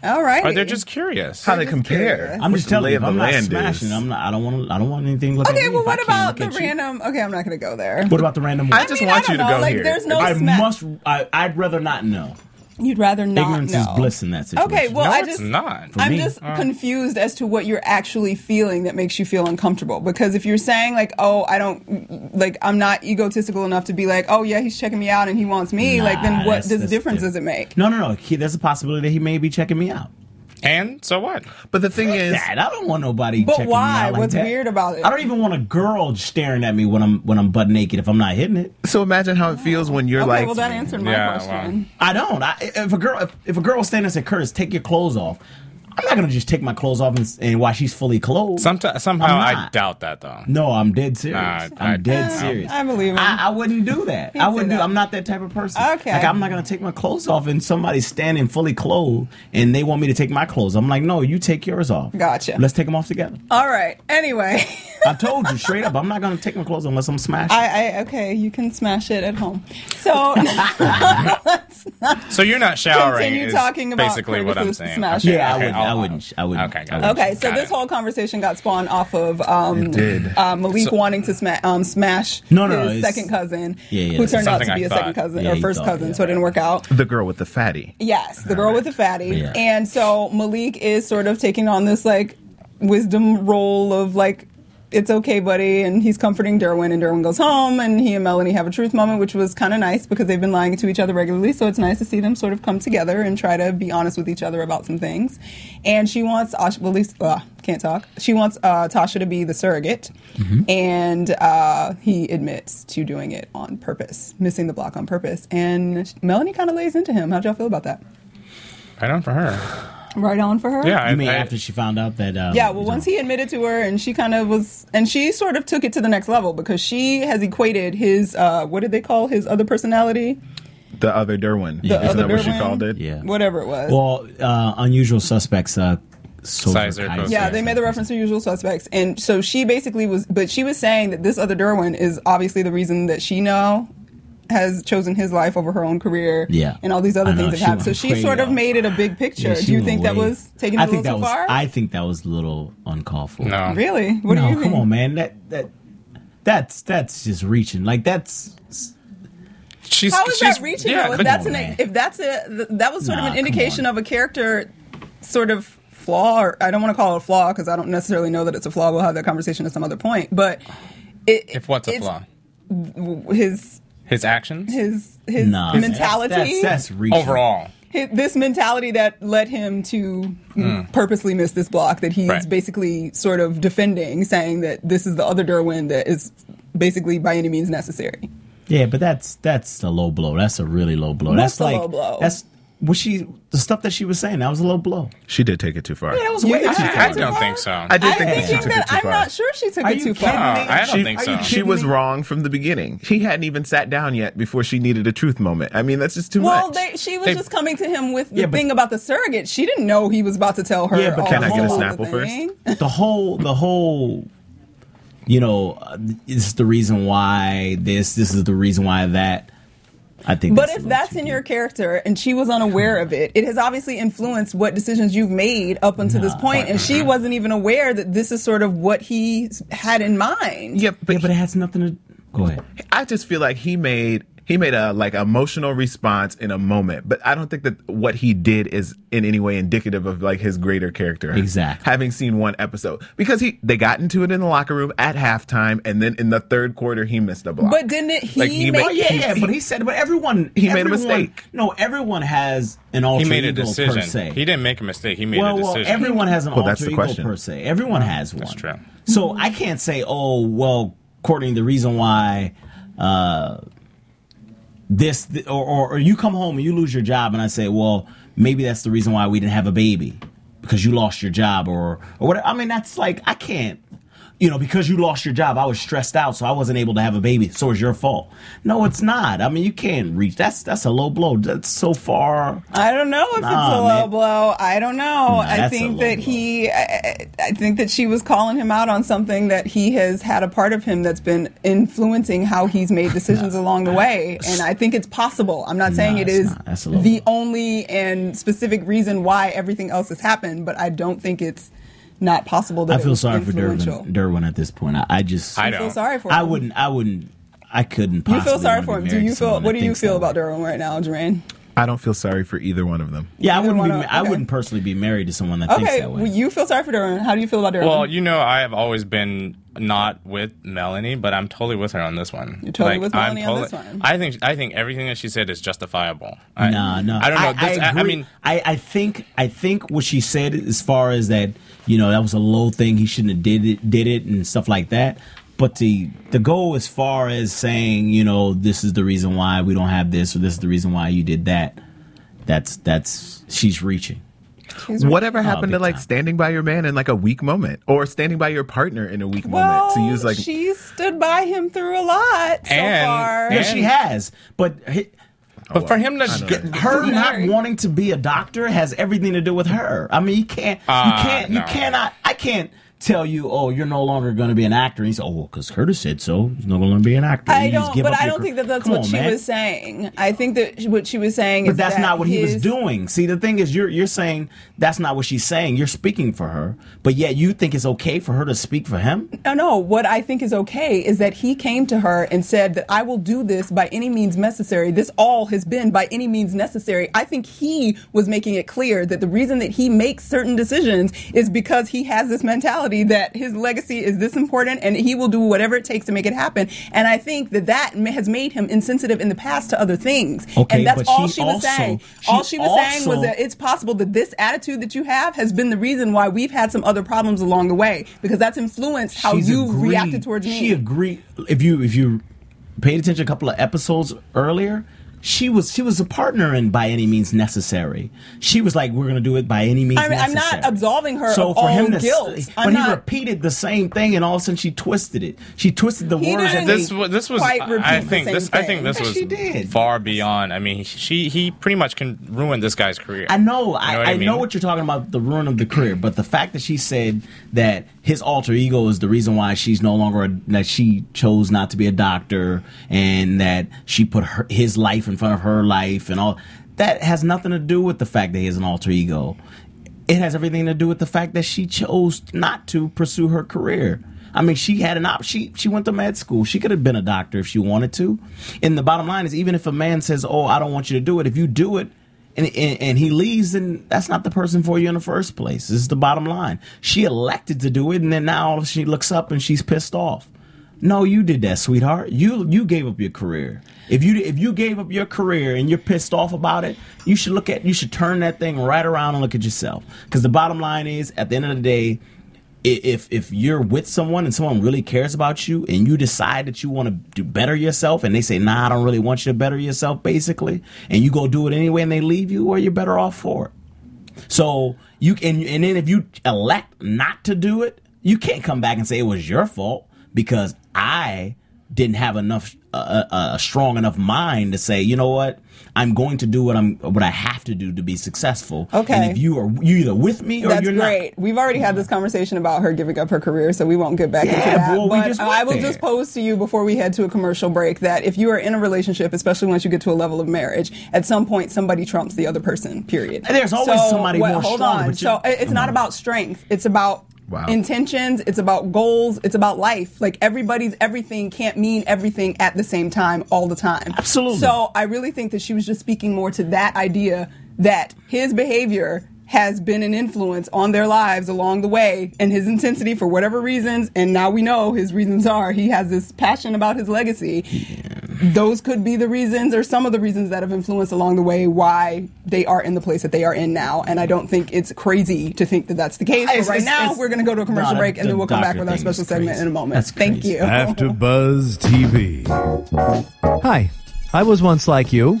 Speaker 2: All right.
Speaker 6: Or they're just curious.
Speaker 5: how they
Speaker 2: just
Speaker 5: compare.
Speaker 2: curious.
Speaker 4: I'm
Speaker 5: what
Speaker 4: just
Speaker 5: the
Speaker 4: telling
Speaker 5: lay
Speaker 4: you,
Speaker 5: of
Speaker 4: if
Speaker 5: the
Speaker 4: I'm not
Speaker 5: land
Speaker 4: smashing.
Speaker 5: is.
Speaker 4: I'm not. I don't want. I don't want anything looking
Speaker 2: Okay,
Speaker 4: at me.
Speaker 2: well,
Speaker 4: if I
Speaker 2: what
Speaker 4: can't
Speaker 2: about the
Speaker 4: look at you.
Speaker 2: random? Okay, I'm not going to go there.
Speaker 4: What about the random?
Speaker 5: I
Speaker 4: one?
Speaker 5: just
Speaker 2: mean,
Speaker 5: want
Speaker 2: I
Speaker 5: you to
Speaker 2: don't
Speaker 5: go
Speaker 2: know, like,
Speaker 5: here.
Speaker 2: there's no-
Speaker 4: I
Speaker 2: smash.
Speaker 4: must. I, I'd rather not know.
Speaker 2: You'd rather not
Speaker 4: Ignorance is
Speaker 2: know.
Speaker 4: bliss in that situation.
Speaker 2: Okay, well,
Speaker 6: no,
Speaker 2: I
Speaker 6: it's
Speaker 2: just
Speaker 6: not. Uh.
Speaker 2: I'm
Speaker 4: me.
Speaker 2: just confused as to what you're actually feeling that makes you feel uncomfortable. Because if you're saying like, "Oh, I don't like, I'm not egotistical enough to be like, oh yeah, he's checking me out and he wants me," like,
Speaker 4: Nah,
Speaker 2: then what
Speaker 4: that's-
Speaker 2: does
Speaker 4: that's
Speaker 2: difference
Speaker 4: different.
Speaker 2: does it make?
Speaker 4: No, no, no. He, there's a possibility that he may be checking me out.
Speaker 6: And so what?
Speaker 5: But the thing is,
Speaker 4: Dad, I don't want nobody.
Speaker 2: But
Speaker 4: checking
Speaker 2: why?
Speaker 4: Me out like
Speaker 2: What's
Speaker 4: that.
Speaker 2: weird about it?
Speaker 4: I don't even want a girl staring at me when I'm when I'm butt naked if I'm not hitting it.
Speaker 5: so imagine how it feels when you're
Speaker 2: Okay,
Speaker 5: like,
Speaker 2: well that answered my
Speaker 6: Yeah,
Speaker 2: question.
Speaker 4: I don't. I, if a girl if, if a girl was standing and said, "Curtis, take your clothes off," I'm not gonna just take my clothes off and, s- and while she's fully clothed.
Speaker 6: Sometimes, somehow,
Speaker 4: I'm
Speaker 6: I
Speaker 4: not.
Speaker 6: doubt that though.
Speaker 4: no, I'm dead serious.
Speaker 6: Nah, I-
Speaker 4: I'm dead
Speaker 6: I-
Speaker 4: serious.
Speaker 2: I believe him.
Speaker 4: I, I wouldn't do that. I wouldn't
Speaker 2: said
Speaker 4: do.
Speaker 2: that.
Speaker 4: I'm not that type of person.
Speaker 2: Okay.
Speaker 4: Like I'm not gonna take my clothes off and somebody's standing fully clothed and they want me to take my clothes. I'm like, no, you take yours off.
Speaker 2: Gotcha.
Speaker 4: Let's take them off together.
Speaker 2: All right. Anyway,
Speaker 4: I told you straight up, I'm not gonna take my clothes unless I'm smashed.
Speaker 2: I, I okay. You can smash it at home. So
Speaker 6: So you're not showering.
Speaker 2: Continue
Speaker 6: is
Speaker 2: talking about
Speaker 6: basically what I'm
Speaker 2: Curtis
Speaker 6: saying.
Speaker 2: Smash.
Speaker 6: Okay,
Speaker 4: yeah, I
Speaker 6: okay,
Speaker 4: wouldn't.
Speaker 6: I'll-
Speaker 4: I wouldn't. I wouldn't.
Speaker 6: Okay,
Speaker 4: I
Speaker 6: got it.
Speaker 4: wouldn't.
Speaker 2: okay, so
Speaker 6: Got
Speaker 2: this
Speaker 6: it.
Speaker 2: whole conversation got spawned off of um,
Speaker 5: did.
Speaker 2: uh, Malik
Speaker 6: So-
Speaker 2: wanting to sma- um, smash
Speaker 4: No, no, no,
Speaker 2: his
Speaker 4: it's-
Speaker 2: second cousin,
Speaker 4: Yeah, yeah,
Speaker 2: who
Speaker 4: it's
Speaker 2: turned out to
Speaker 6: something
Speaker 2: be
Speaker 6: I
Speaker 2: a second
Speaker 6: thought.
Speaker 2: cousin
Speaker 4: Yeah,
Speaker 2: or
Speaker 4: he
Speaker 2: first
Speaker 4: thought,
Speaker 2: cousin,
Speaker 4: yeah.
Speaker 2: so it didn't work out.
Speaker 5: The girl with the fatty.
Speaker 2: Yes, the girl with the fatty.
Speaker 4: Yeah.
Speaker 2: And so Malik is sort of taking on this like wisdom role of like it's okay, buddy, and he's comforting Derwin, and Derwin goes home, and he and Melanie have a truth moment, which was kind of nice because they've been lying to each other regularly. So it's nice to see them sort of come together and try to be honest with each other about some things. And she wants, Ash- well, at least uh, can't talk. She wants uh, Tasha to be the surrogate, and uh, he admits to doing it on purpose, missing the block on purpose. And Melanie kind of lays into him. How'd y'all feel about that?
Speaker 6: Right on for her.
Speaker 2: Right on for her.
Speaker 6: Yeah, I,
Speaker 4: You mean
Speaker 6: I-
Speaker 4: after she found out that? Um,
Speaker 2: Yeah, well, once he admitted to her, and she kind of was, and she sort of took it to the next level because she has equated his, uh, what did they call his other personality?
Speaker 5: The other Derwin.
Speaker 2: The
Speaker 5: Isn't
Speaker 2: other
Speaker 5: that what she
Speaker 2: Derwin?
Speaker 5: called it?
Speaker 4: Yeah.
Speaker 2: Whatever it was.
Speaker 4: Well, uh, unusual suspects. Uh, Soldier
Speaker 6: Sizer,
Speaker 4: Kaiser.
Speaker 2: yeah, they made the reference to usual suspects. And so she basically was, but she was saying that this other Derwin is obviously the reason that she now has chosen his life over her own career
Speaker 4: Yeah.
Speaker 2: and all these other
Speaker 4: I know,
Speaker 2: things that
Speaker 4: she
Speaker 2: happened. So
Speaker 4: went
Speaker 2: she
Speaker 4: way
Speaker 2: sort of
Speaker 4: off.
Speaker 2: made it a big picture.
Speaker 4: Yeah, she
Speaker 2: Do you
Speaker 4: went
Speaker 2: think that
Speaker 4: way-
Speaker 2: was taking it a
Speaker 4: I think
Speaker 2: little
Speaker 4: that
Speaker 2: too far?
Speaker 4: was, I think that was a little uncalled for.
Speaker 6: no.
Speaker 2: really? What
Speaker 4: no,
Speaker 2: do you think?
Speaker 4: come on, man. That that that's that's just reaching. Like that's
Speaker 6: She's,
Speaker 2: How is
Speaker 6: she's,
Speaker 2: that reaching?
Speaker 6: Yeah,
Speaker 2: though? If
Speaker 6: but-
Speaker 2: that's an, e,
Speaker 4: man.
Speaker 2: if that's a, th- that was sort
Speaker 4: Nah,
Speaker 2: of an
Speaker 4: come
Speaker 2: indication
Speaker 4: on.
Speaker 2: of a character, sort of flaw. Or I don't want to call it a flaw because I don't necessarily know that it's a flaw. We'll have that conversation at some other point. But it,
Speaker 6: if what's a
Speaker 2: it's
Speaker 6: flaw?
Speaker 2: His
Speaker 6: His actions
Speaker 2: his his
Speaker 4: nah. that's-
Speaker 2: mentality.
Speaker 4: That's, that's, reaching.
Speaker 6: overall.
Speaker 2: hi- this mentality that led him to purposely miss this block that he's
Speaker 6: Right.
Speaker 2: basically sort of defending, saying that this is the other Derwin that is basically by any means necessary.
Speaker 4: Yeah, but that's that's a low blow. That's a really low blow.
Speaker 2: What's
Speaker 4: that's
Speaker 2: a
Speaker 4: like
Speaker 2: low blow?
Speaker 4: that's what she the stuff that she was saying. That was a low blow.
Speaker 5: She did take it too far.
Speaker 4: That was
Speaker 2: You
Speaker 4: way
Speaker 2: think
Speaker 4: too
Speaker 2: she
Speaker 6: I
Speaker 4: far.
Speaker 2: did?
Speaker 6: don't think so.
Speaker 5: I do
Speaker 2: I'm
Speaker 5: think that she
Speaker 2: thinking
Speaker 5: took
Speaker 2: that
Speaker 5: it too
Speaker 2: I'm
Speaker 5: far.
Speaker 2: not sure she took
Speaker 4: Are
Speaker 2: it
Speaker 4: you
Speaker 2: too
Speaker 4: kidding
Speaker 6: No,
Speaker 2: far.
Speaker 4: me?
Speaker 6: I don't
Speaker 4: She-
Speaker 6: think
Speaker 4: are
Speaker 6: so.
Speaker 4: you
Speaker 5: She
Speaker 4: kidding
Speaker 5: was
Speaker 4: me?
Speaker 5: wrong from the beginning. He hadn't even sat down yet before she needed a truth moment. I mean, that's just too
Speaker 2: Well,
Speaker 5: much.
Speaker 2: they, she was
Speaker 6: They-
Speaker 2: just coming to him with the
Speaker 4: Yeah, but-
Speaker 2: thing about the surrogate. She didn't know he was about to tell her.
Speaker 4: Yeah, but
Speaker 2: all
Speaker 4: can I get a
Speaker 2: along
Speaker 5: Snapple
Speaker 2: the thing.
Speaker 4: the whole the whole you know uh, it's the reason why this this is the reason why that i think
Speaker 2: But
Speaker 4: a
Speaker 2: if
Speaker 4: little
Speaker 2: that's
Speaker 4: too
Speaker 2: in
Speaker 4: deep.
Speaker 2: your character and she was unaware of it, it has obviously influenced what decisions you've made up until this point, and she wasn't even aware that this is sort of what he s- had in mind.
Speaker 5: yeah, but,
Speaker 4: yeah but it has nothing to go ahead
Speaker 5: I just feel like he made he made a like emotional response in a moment, but I don't think that what he did is in any way indicative of like his greater character.
Speaker 4: Exactly.
Speaker 5: Having seen one episode because he they got into it in the locker room at halftime, and then in the third quarter he missed a block.
Speaker 2: But didn't it, he
Speaker 5: Like, he
Speaker 2: make
Speaker 5: ma-
Speaker 4: Oh yeah, yeah, but he said, but everyone
Speaker 5: He made a
Speaker 4: everyone-
Speaker 5: mistake.
Speaker 4: No, everyone has an
Speaker 6: He
Speaker 4: alter
Speaker 6: made a
Speaker 4: ego per se.
Speaker 6: decision. He didn't make a mistake. He made
Speaker 4: well,
Speaker 6: a
Speaker 4: well,
Speaker 6: decision.
Speaker 4: everyone has an
Speaker 5: Well,
Speaker 4: alter
Speaker 5: that's the
Speaker 4: ego
Speaker 5: question.
Speaker 4: per se. Everyone has one.
Speaker 6: true.
Speaker 4: So I can't say, oh well, Courtney, the reason why uh, this th- or, or or you come home and you lose your job, and I say, well, maybe that's the reason why we didn't have a baby because you lost your job or or whatever. I mean, that's like I can't. You know, because you lost your job, I was stressed out, so I wasn't able to have a baby. So it's your fault. No, it's not. I mean, you can't reach. That's that's a low blow. That's so far.
Speaker 2: I don't know if it's a
Speaker 4: Nah,
Speaker 2: low
Speaker 4: man.
Speaker 2: blow. I don't know. I
Speaker 4: that's a
Speaker 2: think
Speaker 4: low
Speaker 2: that
Speaker 4: blow.
Speaker 2: he, I, I- I think that she was calling him out on something that he has had a part of him that's been influencing how he's made decisions along the way. And I think it's possible. I'm not saying it
Speaker 4: it's
Speaker 2: is
Speaker 4: not. That's a low
Speaker 2: the
Speaker 4: blow.
Speaker 2: only and specific reason why everything else has happened, but I don't think it's not possible that
Speaker 4: I
Speaker 2: it
Speaker 4: feel
Speaker 2: was
Speaker 4: sorry for
Speaker 2: influential.
Speaker 4: Derwin, Derwin at this point. I, I just
Speaker 6: I
Speaker 2: I feel
Speaker 6: don't.
Speaker 2: sorry for him.
Speaker 4: I wouldn't. I wouldn't. I couldn't.
Speaker 2: You
Speaker 4: Possibly
Speaker 2: feel sorry
Speaker 4: wanna
Speaker 2: for
Speaker 4: be
Speaker 2: him. Do
Speaker 4: married
Speaker 2: you
Speaker 4: to
Speaker 2: feel?
Speaker 4: someone
Speaker 2: What
Speaker 4: that
Speaker 2: do you
Speaker 4: thinks
Speaker 2: feel
Speaker 4: that
Speaker 2: about
Speaker 4: way.
Speaker 2: Derwin right now, Jermaine?
Speaker 5: I don't feel sorry for either one of them.
Speaker 4: Yeah, I
Speaker 2: You
Speaker 4: wouldn't.
Speaker 2: wanna-
Speaker 4: be, ma- I
Speaker 2: okay.
Speaker 4: wouldn't personally be married to someone that thinks
Speaker 2: Okay,
Speaker 4: that way.
Speaker 2: well, you feel sorry for Derwin. How do you feel about Derwin?
Speaker 6: Well, you know, I have always been not with Melanie, but I'm totally with her on this one.
Speaker 2: You're totally with Melanie on this one.
Speaker 6: I think I think everything that she said is justifiable. I,
Speaker 4: no, no.
Speaker 6: I don't know. This, I, I
Speaker 4: agree.
Speaker 6: mean,
Speaker 4: I, I think I think what she said as far as that, you know, that was a low thing. He shouldn't have did it, did it, and stuff like that. But the the goal as far as saying, you know, this is the reason why we don't have this, or this is the reason why you did that. That's that's she's reaching.
Speaker 5: Whatever happened to
Speaker 4: big
Speaker 5: like
Speaker 4: time.
Speaker 5: standing by your man in like a weak moment or standing by your partner in a weak moment to use like
Speaker 2: she stood by him through a lot so
Speaker 6: And-
Speaker 2: far.
Speaker 4: Yeah, she has, but hi-
Speaker 6: But for him to get
Speaker 4: her not
Speaker 2: Sorry.
Speaker 4: wanting to be a doctor has everything to do with her. I mean, you can't,
Speaker 6: Ah,
Speaker 4: you can't,
Speaker 6: no.
Speaker 4: you cannot. I can't tell you, oh, you're no longer going to be an actor. And you say, oh, well, because Curtis said so. He's no longer going to be an actor.
Speaker 2: I
Speaker 4: You just
Speaker 2: don't,
Speaker 4: give
Speaker 2: but
Speaker 4: up
Speaker 2: I
Speaker 4: your
Speaker 2: don't
Speaker 4: car-
Speaker 2: think that that's
Speaker 4: Come
Speaker 2: what
Speaker 4: on,
Speaker 2: she
Speaker 4: man.
Speaker 2: was saying. I think that sh- what she was saying
Speaker 4: But
Speaker 2: is
Speaker 4: that's
Speaker 2: that
Speaker 4: not what he was
Speaker 2: his-
Speaker 4: doing. See, the thing is, you're you're saying that's not what she's saying. You're speaking for her, but yet you think it's okay for her to speak for him.
Speaker 2: No, no. What I think is okay is that he came to her and said that I will do this by any means necessary. This all has been by any means necessary. I think he was making it clear that the reason that he makes certain decisions is because he has this mentality that his legacy is this important and he will do whatever it takes to make it happen. And I think that that ma- has made him insensitive in the past to other things.
Speaker 4: Okay,
Speaker 2: and that's
Speaker 4: but
Speaker 2: all
Speaker 4: she
Speaker 2: she was
Speaker 4: also-
Speaker 2: saying.
Speaker 4: she
Speaker 2: all she was saying was
Speaker 4: also-
Speaker 2: that it's possible that this attitude that you have has been the reason why we've had some other problems along the way because that's influenced how
Speaker 4: She's
Speaker 2: you
Speaker 4: agreed-
Speaker 2: reacted towards me.
Speaker 4: She agreed. If you if you paid attention a couple of episodes earlier, she was she was a partner in by any means necessary. She was like, we're gonna do it by any means.
Speaker 2: I mean, I'm not
Speaker 4: necessary.
Speaker 2: absolving her of all guilt.
Speaker 4: s-
Speaker 2: I'm
Speaker 4: but
Speaker 2: not-
Speaker 4: he repeated the same thing, and all of a sudden she twisted it. She twisted the
Speaker 2: He
Speaker 4: words.
Speaker 2: didn't-
Speaker 4: that
Speaker 6: this
Speaker 4: they-
Speaker 6: was this was
Speaker 2: quite repeat
Speaker 6: I
Speaker 2: the
Speaker 6: think
Speaker 2: same
Speaker 6: this I think
Speaker 2: thing.
Speaker 6: this
Speaker 4: Yes,
Speaker 6: was
Speaker 4: she did.
Speaker 6: far beyond. I mean, she he pretty much can ruin this guy's career.
Speaker 4: I know, I, I,
Speaker 6: know what I mean?
Speaker 4: know what you're talking about, the ruin of the career, but the fact that she said that his alter ego is the reason why she's no longer, a, that she chose not to be a doctor and that she put her, his life in front of her life and all, that has nothing to do with the fact that he has an alter ego. It has everything to do with the fact that she chose not to pursue her career. I mean, she had an op. She she went to med school. She could have been a doctor if she wanted to. And the bottom line is, even if a man says, "Oh, I don't want you to do it," if you do it, and, and, and he leaves, and that's not the person for you in the first place. This is the bottom line. She elected to do it, and then now she looks up and she's pissed off. No, you did that, sweetheart. You you gave up your career. If you if you gave up your career and you're pissed off about it, you should look at you should turn that thing right around and look at yourself. Because the bottom line is, at the end of the day, i- if if you're with someone and someone really cares about you and you decide that you want to do better yourself and they say nah i don't really want you to better yourself basically and you go do it anyway and they leave you well you're better off for it so you can and then if you elect not to do it you can't come back and say it was your fault because i didn't have enough uh, uh, a strong enough mind to say you know what i'm going to do what i'm what i have to do to be successful
Speaker 2: Okay.
Speaker 4: and if you are you either with me or
Speaker 2: That's
Speaker 4: you're not
Speaker 2: great. We've already had this conversation about her giving up her career, so we won't get back into
Speaker 4: Yeah,
Speaker 2: that.
Speaker 4: well, we
Speaker 2: but
Speaker 4: just
Speaker 2: uh,
Speaker 4: went
Speaker 2: I will
Speaker 4: there.
Speaker 2: just pose to you before we head to a commercial break that if you are in a relationship, especially once you get to a level of marriage, at some point somebody trumps the other person. Period.
Speaker 4: And there's always
Speaker 2: So,
Speaker 4: somebody
Speaker 2: what-
Speaker 4: more
Speaker 2: Hold
Speaker 4: stronger,
Speaker 2: on.
Speaker 4: but you-
Speaker 2: So it- it's
Speaker 4: come
Speaker 2: not
Speaker 4: on.
Speaker 2: about strength. It's about
Speaker 5: Wow.
Speaker 2: intentions. It's about goals. It's about life. Like everybody's everything can't mean everything at the same time all the time.
Speaker 4: Absolutely.
Speaker 2: So I really think that she was just speaking more to that idea that his behavior has been an influence on their lives along the way and his intensity for whatever reasons and now we know his reasons are he has this passion about his legacy those could be the reasons or some of the reasons that have influenced along the way why they are in the place that they are in now and i don't think it's crazy to think that that's the case
Speaker 4: It's-
Speaker 2: but right
Speaker 4: it's-
Speaker 2: now
Speaker 4: it's-
Speaker 2: we're going to go to a commercial
Speaker 4: Nah,
Speaker 2: break and
Speaker 4: the
Speaker 2: then we'll come back
Speaker 4: doctor
Speaker 2: with our
Speaker 4: thing is
Speaker 2: special segment
Speaker 4: crazy.
Speaker 2: in a moment
Speaker 4: That's
Speaker 2: thank
Speaker 4: crazy.
Speaker 2: you
Speaker 1: After Buzz TV. Hi, I was once like you,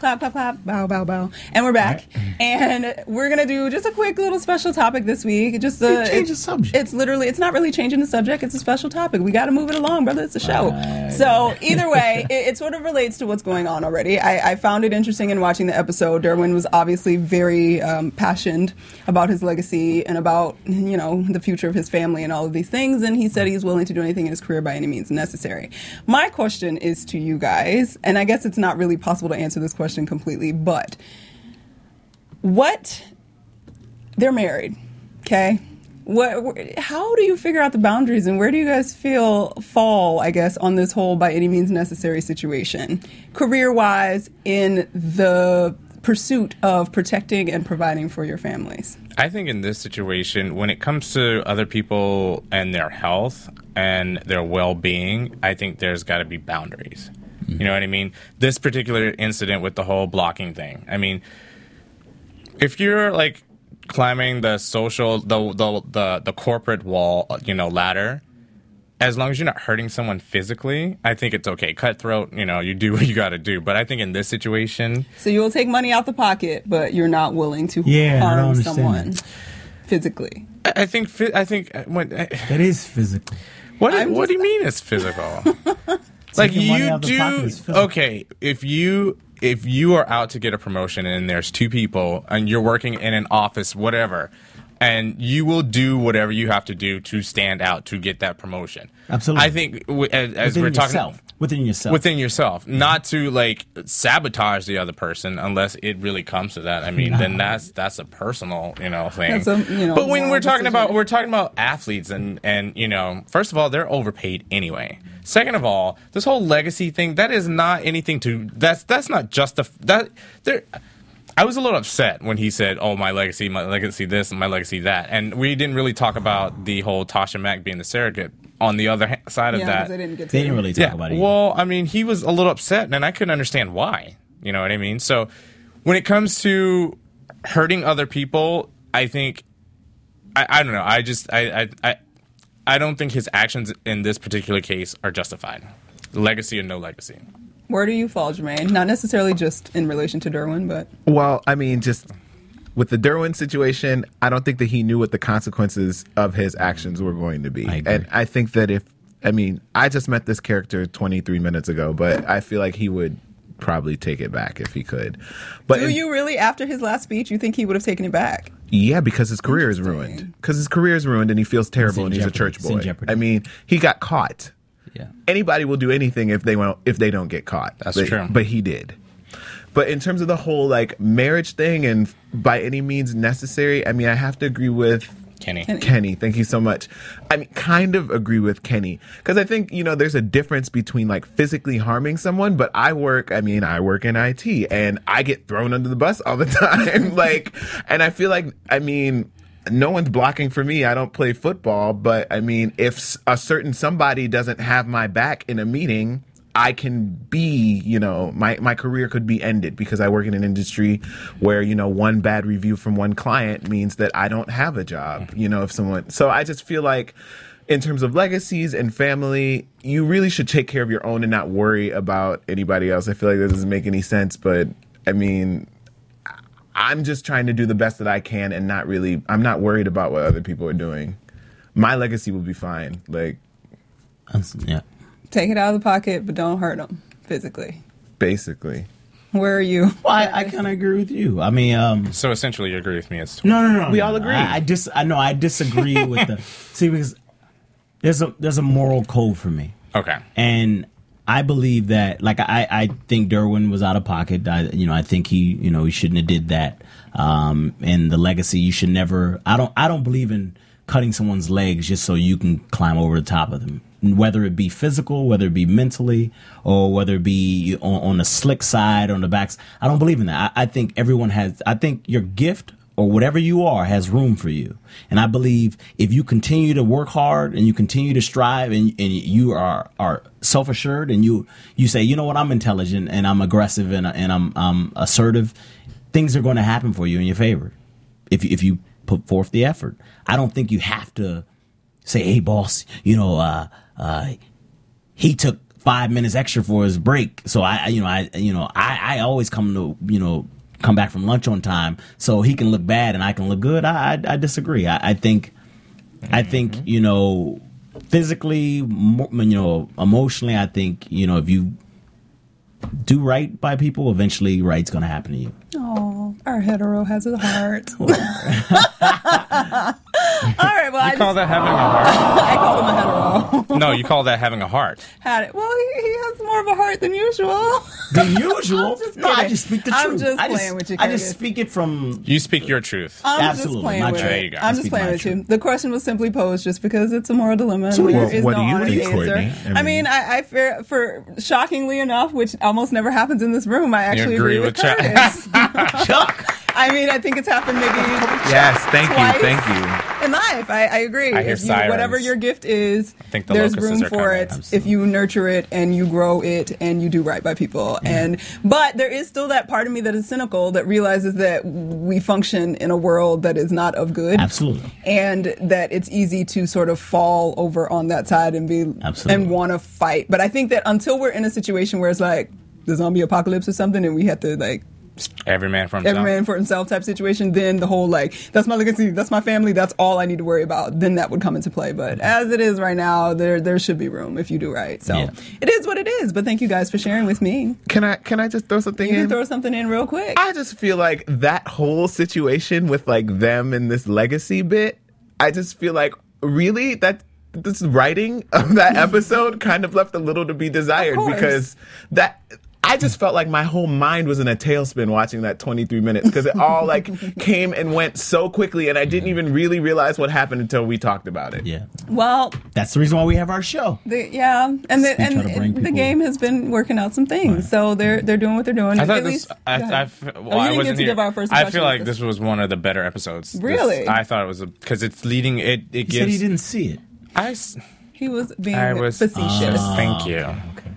Speaker 2: Clap, clap, clap. Bow, bow, bow. And we're back.
Speaker 4: Mm-hmm.
Speaker 2: and we're gonna do just a quick little special topic this week. Just a
Speaker 4: change the
Speaker 2: it's-
Speaker 4: subject.
Speaker 2: It's literally it's not really changing the subject. It's a special topic. We got to move it along, brother. It's a show. So either way, it, it sort of relates to what's going on already. I, I found it interesting in watching the episode. Derwin was obviously very um, passionate about his legacy and about you know the future of his family and all of these things. And he said he's willing to do anything in his career by any means necessary. My question is to you guys, and I guess it's not really possible to answer this question completely, but what they're married okay what wh- how do you figure out the boundaries and where do you guys feel fall i guess on this whole by any means necessary situation career wise in the pursuit of protecting and providing for your families
Speaker 6: I think in this situation, when it comes to other people and their health and their well being, I think there's got to be boundaries. You know what I mean? This particular incident with the whole blocking thing. I mean, if you're like climbing the social, the the the, the corporate wall, you know, ladder. As long as you're not hurting someone physically, I think it's okay. Cutthroat, you know, you do what you got to do. But I think in this situation,
Speaker 2: so you'll take money out the pocket but you're not willing to
Speaker 8: Yeah, I don't
Speaker 2: harm
Speaker 8: understand
Speaker 2: someone
Speaker 8: that.
Speaker 2: physically
Speaker 6: I I think phy- I think uh, when, I-
Speaker 8: That is physical.
Speaker 6: What,
Speaker 2: I'm just-
Speaker 6: what do you mean it's physical? like
Speaker 8: Taking money out
Speaker 6: you
Speaker 8: of the pocket
Speaker 6: do
Speaker 8: is physical.
Speaker 6: okay if you if you are out to get a promotion and there's two people and you're working in an office whatever and you will do whatever you have to do to stand out to get that promotion
Speaker 8: Absolutely.
Speaker 6: i think w- as, as
Speaker 8: Within
Speaker 6: we're talking
Speaker 8: yourself. within yourself.
Speaker 6: within yourself not to like sabotage the other person unless it really comes to that i mean then that's that's a personal you know thing
Speaker 2: That's a, you know,
Speaker 6: but when
Speaker 2: moral
Speaker 6: we're talking about
Speaker 2: decision.
Speaker 6: we're talking about athletes and and you know first of all they're overpaid anyway second of all this whole legacy thing that is not anything to that's that's not just a that there I was a little upset when he said, "Oh, my legacy, my legacy, this, and my legacy, that," and we didn't really talk about the whole Tasha Mack being the surrogate. On the other ha- side of
Speaker 2: yeah
Speaker 6: that,
Speaker 2: because i didn't get to
Speaker 4: They didn't really talk about it. either.
Speaker 6: well, I mean, he was a little upset, and I couldn't understand why. You know what I mean? So, when it comes to hurting other people, I think I, I don't know. I just I, I I I don't think his actions in this particular case are justified. Legacy or no legacy.
Speaker 2: where do you fall jermaine not necessarily just in relation to derwin but
Speaker 5: Well, I mean, just with the Derwin situation, I don't think that he knew what the consequences of his actions were going to be.
Speaker 4: I agree.
Speaker 5: and I think that if, I mean, I just met this character 23 minutes ago, but I feel like he would probably take it back if he could. But
Speaker 2: do you really after his last speech you think he would have taken it back
Speaker 5: yeah, because his career is ruined. Because his career is ruined and he feels terrible
Speaker 4: in
Speaker 5: and he's a
Speaker 4: jeopardy.
Speaker 5: church
Speaker 4: It's in
Speaker 5: boy.
Speaker 4: jeopardy.
Speaker 5: I mean, he got caught.
Speaker 4: yeah.
Speaker 5: anybody will do anything if they won't if they don't get caught.
Speaker 6: That's
Speaker 5: but,
Speaker 6: true.
Speaker 5: But he did. But in terms of the whole like marriage thing and by any means necessary, I mean I have to agree with
Speaker 6: Kenny.
Speaker 5: Kenny, thank you so much. I mean, kind of agree with Kenny because I think you know there's a difference between like physically harming someone, but I work. I mean, I work in IT and I get thrown under the bus all the time. like, and I feel like I mean. No one's blocking for me. I don't play football, but I mean, if s- a certain somebody doesn't have my back in a meeting, I can be, you know, my, my career could be ended because I work in an industry where, you know, one bad review from one client means that I don't have a job,
Speaker 2: Mm-hmm.
Speaker 5: you know, if someone. So I just feel like, in terms of legacies and family, you really should take care of your own and not worry about anybody else. I feel like that doesn't make any sense, but I mean, I'm just trying to do the best that I can and not really, I'm not worried about what other people are doing. My legacy will be fine. Like,
Speaker 4: That's- yeah.
Speaker 2: take it out of the pocket but don't hurt them physically
Speaker 5: basically.
Speaker 2: where are you
Speaker 4: Well, I, I kind of agree with you. I mean, um,
Speaker 6: So essentially, you agree with me as to
Speaker 4: no, no, no.
Speaker 5: We
Speaker 4: no,
Speaker 5: all
Speaker 4: no.
Speaker 5: agree.
Speaker 4: I, I dis. I know. I disagree with the see because there's a there's a moral code for me.
Speaker 6: okay.
Speaker 4: and I believe that like I I think Derwin was out of pocket. I you know I think he you know he shouldn't have did that. Um, and the legacy you should never. I don't I don't believe in cutting someone's legs just so you can climb over the top of them. Whether it be physical, whether it be mentally, or whether it be on, on the slick side, on the backs, I don't believe in that. I, I think everyone has. I think your gift or whatever you are has room for you. And I believe if you continue to work hard and you continue to strive and, and you are, are self assured and you, you say, you know what, I'm intelligent and I'm aggressive and, and I'm, I'm assertive, things are going to happen for you in your favor if, you- if you put forth the effort. I don't think you have to say, hey, boss, you know, uh, uh, he took five minutes extra for his break. So I, I- you know, I, you know, I, I always come to, you know, come back from lunch on time, so he can look bad and I can look good. I I, I disagree. I, I think I think
Speaker 2: Mm-hmm.
Speaker 4: you know physically, mo- you know emotionally. I think you know if you do right by people, eventually right's going to happen to you.
Speaker 2: Oh, our hetero has a heart. All right, well, I
Speaker 6: You
Speaker 2: just
Speaker 6: call that having a heart?
Speaker 2: I called him a hetero.
Speaker 6: No, you call that having a heart.
Speaker 2: Had it. Well, he, he has more of a heart than usual.
Speaker 4: The usual.
Speaker 2: just
Speaker 4: no, I
Speaker 2: kidding.
Speaker 4: just speak the truth.
Speaker 2: I'm just
Speaker 4: I
Speaker 2: playing with you,
Speaker 4: I just
Speaker 2: Curtis.
Speaker 4: speak it from.
Speaker 6: You speak your truth.
Speaker 2: I'm
Speaker 4: Absolutely,
Speaker 2: just playing
Speaker 4: my
Speaker 2: with
Speaker 4: truth.
Speaker 2: it.
Speaker 6: There you go.
Speaker 2: I'm just
Speaker 4: Speak
Speaker 2: playing
Speaker 4: my
Speaker 2: with you.
Speaker 4: truth.
Speaker 2: The question was simply posed just because it's a moral dilemma. and
Speaker 5: Well,
Speaker 2: there is
Speaker 5: what do
Speaker 2: no
Speaker 5: you
Speaker 2: honest
Speaker 5: think,
Speaker 2: answer.
Speaker 5: Courtney? I
Speaker 2: I mean,
Speaker 5: mean-
Speaker 2: I, I fear for shockingly enough, which almost never happens in this room, I actually
Speaker 6: agree
Speaker 2: with
Speaker 6: with Chuck.
Speaker 2: Curtis.
Speaker 4: Chuck.
Speaker 2: I mean, I think it's happened maybe
Speaker 5: Yes, thank
Speaker 2: Twice.
Speaker 5: you, thank you.
Speaker 2: in life. I, I agree.
Speaker 6: I hear
Speaker 2: if you,
Speaker 6: sirens.
Speaker 2: whatever your gift is,
Speaker 6: think the
Speaker 2: there's
Speaker 6: locusts
Speaker 2: room
Speaker 6: are
Speaker 2: for
Speaker 6: coming.
Speaker 2: it if you nurture it and you grow it and you do right by people. And but there is still that part of me that is cynical that realizes that we function in a world that is not of good.
Speaker 4: Absolutely.
Speaker 2: And that it's easy to sort of fall over on that side and be
Speaker 4: Absolutely.
Speaker 2: and want to fight. But I think that until we're in a situation where it's like the zombie apocalypse or something, and we have to like
Speaker 6: Every man for himself.
Speaker 2: every man for himself type situation, then the whole like that's my legacy, that's my family, that's all I need to worry about. Then that would come into play. But
Speaker 6: Mm-hmm.
Speaker 2: as it is right now, there there should be room if you do right. So
Speaker 4: Yeah.
Speaker 2: it is what it is. But thank you guys for sharing with me.
Speaker 5: Can I can I just throw something
Speaker 2: You
Speaker 5: in?
Speaker 2: can throw something in real quick.
Speaker 5: I just feel like that whole situation with like them and this legacy bit, I just feel like really that this writing of that episode kind of left a little to be desired
Speaker 2: course.
Speaker 5: because that I just felt like my whole mind was in a tailspin watching that 23 minutes because it all like came and went so quickly and I didn't even really realize what happened until we talked about it.
Speaker 4: Yeah.
Speaker 2: well,
Speaker 4: That's the reason why we have our show.
Speaker 2: the, yeah, and the,
Speaker 4: Just trying to bring
Speaker 2: and the
Speaker 4: people-
Speaker 2: game has been working out some things, so they're they're doing what they're doing.
Speaker 6: I thought
Speaker 2: At
Speaker 6: this.
Speaker 2: least-
Speaker 6: I,
Speaker 2: go
Speaker 6: I,
Speaker 2: ahead. Oh,
Speaker 6: f- well,
Speaker 2: you
Speaker 6: I
Speaker 2: didn't get
Speaker 6: wasn't
Speaker 2: to
Speaker 6: here.
Speaker 2: give our first
Speaker 6: I
Speaker 2: impression
Speaker 6: feel
Speaker 2: of
Speaker 6: like
Speaker 2: this.
Speaker 6: this was one of the better episodes. This-
Speaker 2: Really?
Speaker 6: I thought it was because it's leading. It it
Speaker 4: He said
Speaker 6: gives.
Speaker 4: he didn't see it.
Speaker 6: I s-
Speaker 2: he was being
Speaker 6: I was uh,
Speaker 2: facetious.
Speaker 6: Thank you.
Speaker 4: Oh, Okay.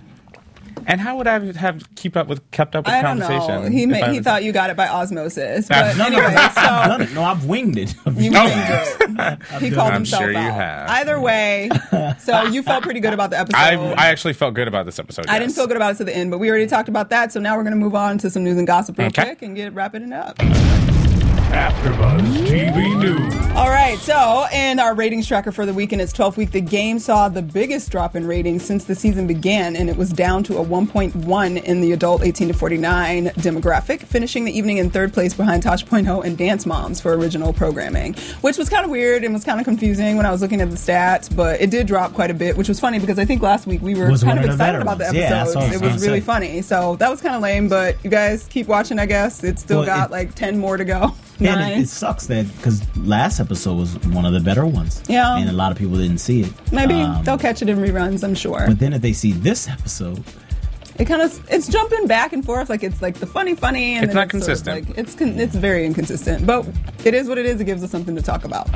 Speaker 6: And how would I have keep up with kept up with
Speaker 2: I don't
Speaker 6: conversation?
Speaker 2: know. He
Speaker 6: if
Speaker 2: may,
Speaker 6: I
Speaker 2: he
Speaker 6: was-
Speaker 2: thought you got it by osmosis.
Speaker 6: Ah,
Speaker 2: But
Speaker 6: no,
Speaker 2: anyway,
Speaker 4: I've
Speaker 2: so
Speaker 4: done it. No, I've winged it.
Speaker 2: You
Speaker 6: Oh.
Speaker 2: winged it. He called
Speaker 6: I'm
Speaker 2: himself
Speaker 6: sure you
Speaker 2: out.
Speaker 6: have.
Speaker 2: Either way, so you felt pretty good about the episode.
Speaker 6: I I actually felt good about this episode.
Speaker 2: I didn't
Speaker 6: yes.
Speaker 2: feel good about it to the end, but we already talked about that. So now we're going to move on to some news and gossip real
Speaker 6: Okay.
Speaker 2: quick and get wrapping it up.
Speaker 9: AfterBuzz TV News.
Speaker 2: All right, so in our ratings tracker for the week in its 12th week, the game saw the biggest drop in ratings since the season began, and it was down to a 1.1 in the adult 18 to 49 demographic, finishing the evening in third place behind Tosh.0 and Dance Moms for original programming, which was kind of weird and was kind of confusing when I was looking at the stats, but it did drop quite a bit, which was funny because I think last week we were
Speaker 4: Was
Speaker 2: kind
Speaker 4: one
Speaker 2: of
Speaker 4: of the
Speaker 2: excited
Speaker 4: better
Speaker 2: about the
Speaker 4: ones. Yeah, that's
Speaker 2: episodes.
Speaker 4: what I was
Speaker 2: it
Speaker 4: gonna
Speaker 2: was really
Speaker 4: say.
Speaker 2: funny, so that was kind of lame, but you guys keep watching, I guess. It's still
Speaker 4: Well,
Speaker 2: got
Speaker 4: it-
Speaker 2: like 10 more to go.
Speaker 4: And
Speaker 2: Nine.
Speaker 4: it, it sucks that because last episode was one of the better ones.
Speaker 2: Yeah.
Speaker 4: And a lot of people didn't see it.
Speaker 2: Maybe
Speaker 4: Um,
Speaker 2: they'll catch it in reruns. I'm sure.
Speaker 4: But then if they see this episode,
Speaker 2: It kind of it's jumping back and forth. Like it's like the funny, funny, and
Speaker 6: It's
Speaker 2: then
Speaker 6: not
Speaker 2: sort of
Speaker 6: consistent.
Speaker 2: like, it's con- it's very inconsistent. But it is what it is. It gives us something to talk about.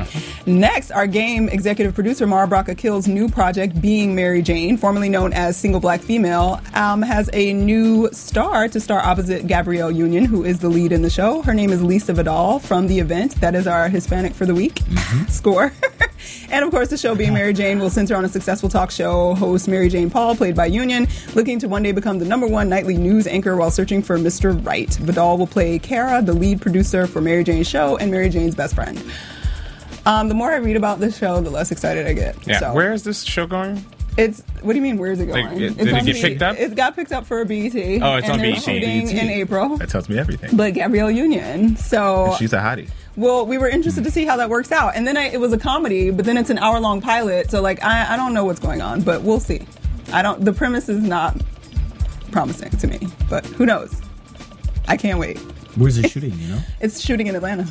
Speaker 2: Next, our game executive producer Mara Braca Kill's new project, Being Mary Jane, formerly known as Single Black Female, um, has a new star to star opposite Gabrielle Union, who is the lead in the show. Her name is Lisa Vidal from the event. That is our Hispanic for the week
Speaker 6: Mm-hmm.
Speaker 2: score. and of course, the show Being Mary Jane will center on a successful talk show host Mary Jane Paul, played by Union, looking to one day become the number one nightly news anchor while searching for Mr. Right. Vidal will play Kara, the lead producer for Mary Jane's show and Mary Jane's best friend. Um, the more I read about this show, the less excited I get.
Speaker 6: Yeah.
Speaker 2: So
Speaker 6: Where is this show going?
Speaker 2: it's what do you mean? Where is it going?
Speaker 6: Like, it- did it
Speaker 2: on
Speaker 6: get
Speaker 2: the-
Speaker 6: picked up?
Speaker 2: It got picked up for a BET.
Speaker 6: Oh, it's
Speaker 2: and
Speaker 6: on
Speaker 2: they're
Speaker 6: BET.
Speaker 2: shooting in April.
Speaker 5: That tells me everything.
Speaker 2: But Gabrielle Union. So
Speaker 5: She's a hottie.
Speaker 2: well, we were interested to see how that works out. And then I, it was a comedy, but then it's an hour long pilot. So, like, I, I don't know what's going on, but we'll see. I don't, the premise is not promising to me, but who knows? I can't wait.
Speaker 4: where's it shooting? You know,
Speaker 2: It's shooting in Atlanta.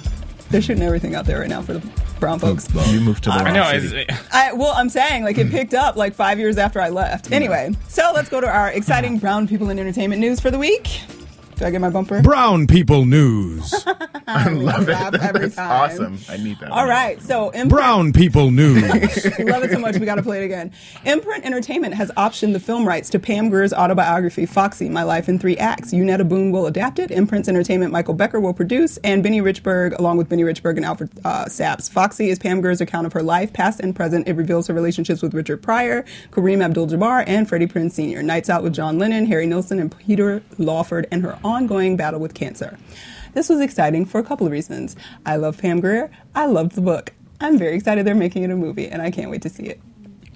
Speaker 2: They're shooting everything out there right now for the brown folks.
Speaker 5: You moved to the
Speaker 6: I
Speaker 5: wrong
Speaker 6: know.
Speaker 5: city.
Speaker 6: It's,
Speaker 2: I, well, I'm saying like it picked up like five years after I left. Anyway, so let's go to our exciting brown people in entertainment news for the week. Do I get my bumper?
Speaker 1: Brown People News.
Speaker 2: I love Every
Speaker 5: That's
Speaker 2: time.
Speaker 5: awesome. I need that.
Speaker 2: All right, so Imprint-
Speaker 1: Brown People News.
Speaker 2: We love it so much, we got to play it again. Imprint Entertainment has optioned the film rights to Pam Grier's autobiography, Foxy, My Life in Three Acts. Unetta Boone will adapt it. Imprint's Entertainment, Michael Becker will produce, and Benny Richburg, along with Benny Richburg and Alfred uh, Saps. Foxy is Pam Grier's account of her life, past and present. It reveals her relationships with Richard Pryor, Kareem Abdul-Jabbar, and Freddie Prinze Sr. Nights out with John Lennon, Harry Nilsson, and Peter Lawford, and her ongoing battle with cancer. This was exciting for a couple of reasons. I love Pam Grier. I loved the book. I'm very excited they're making it a movie, and I can't wait to see it.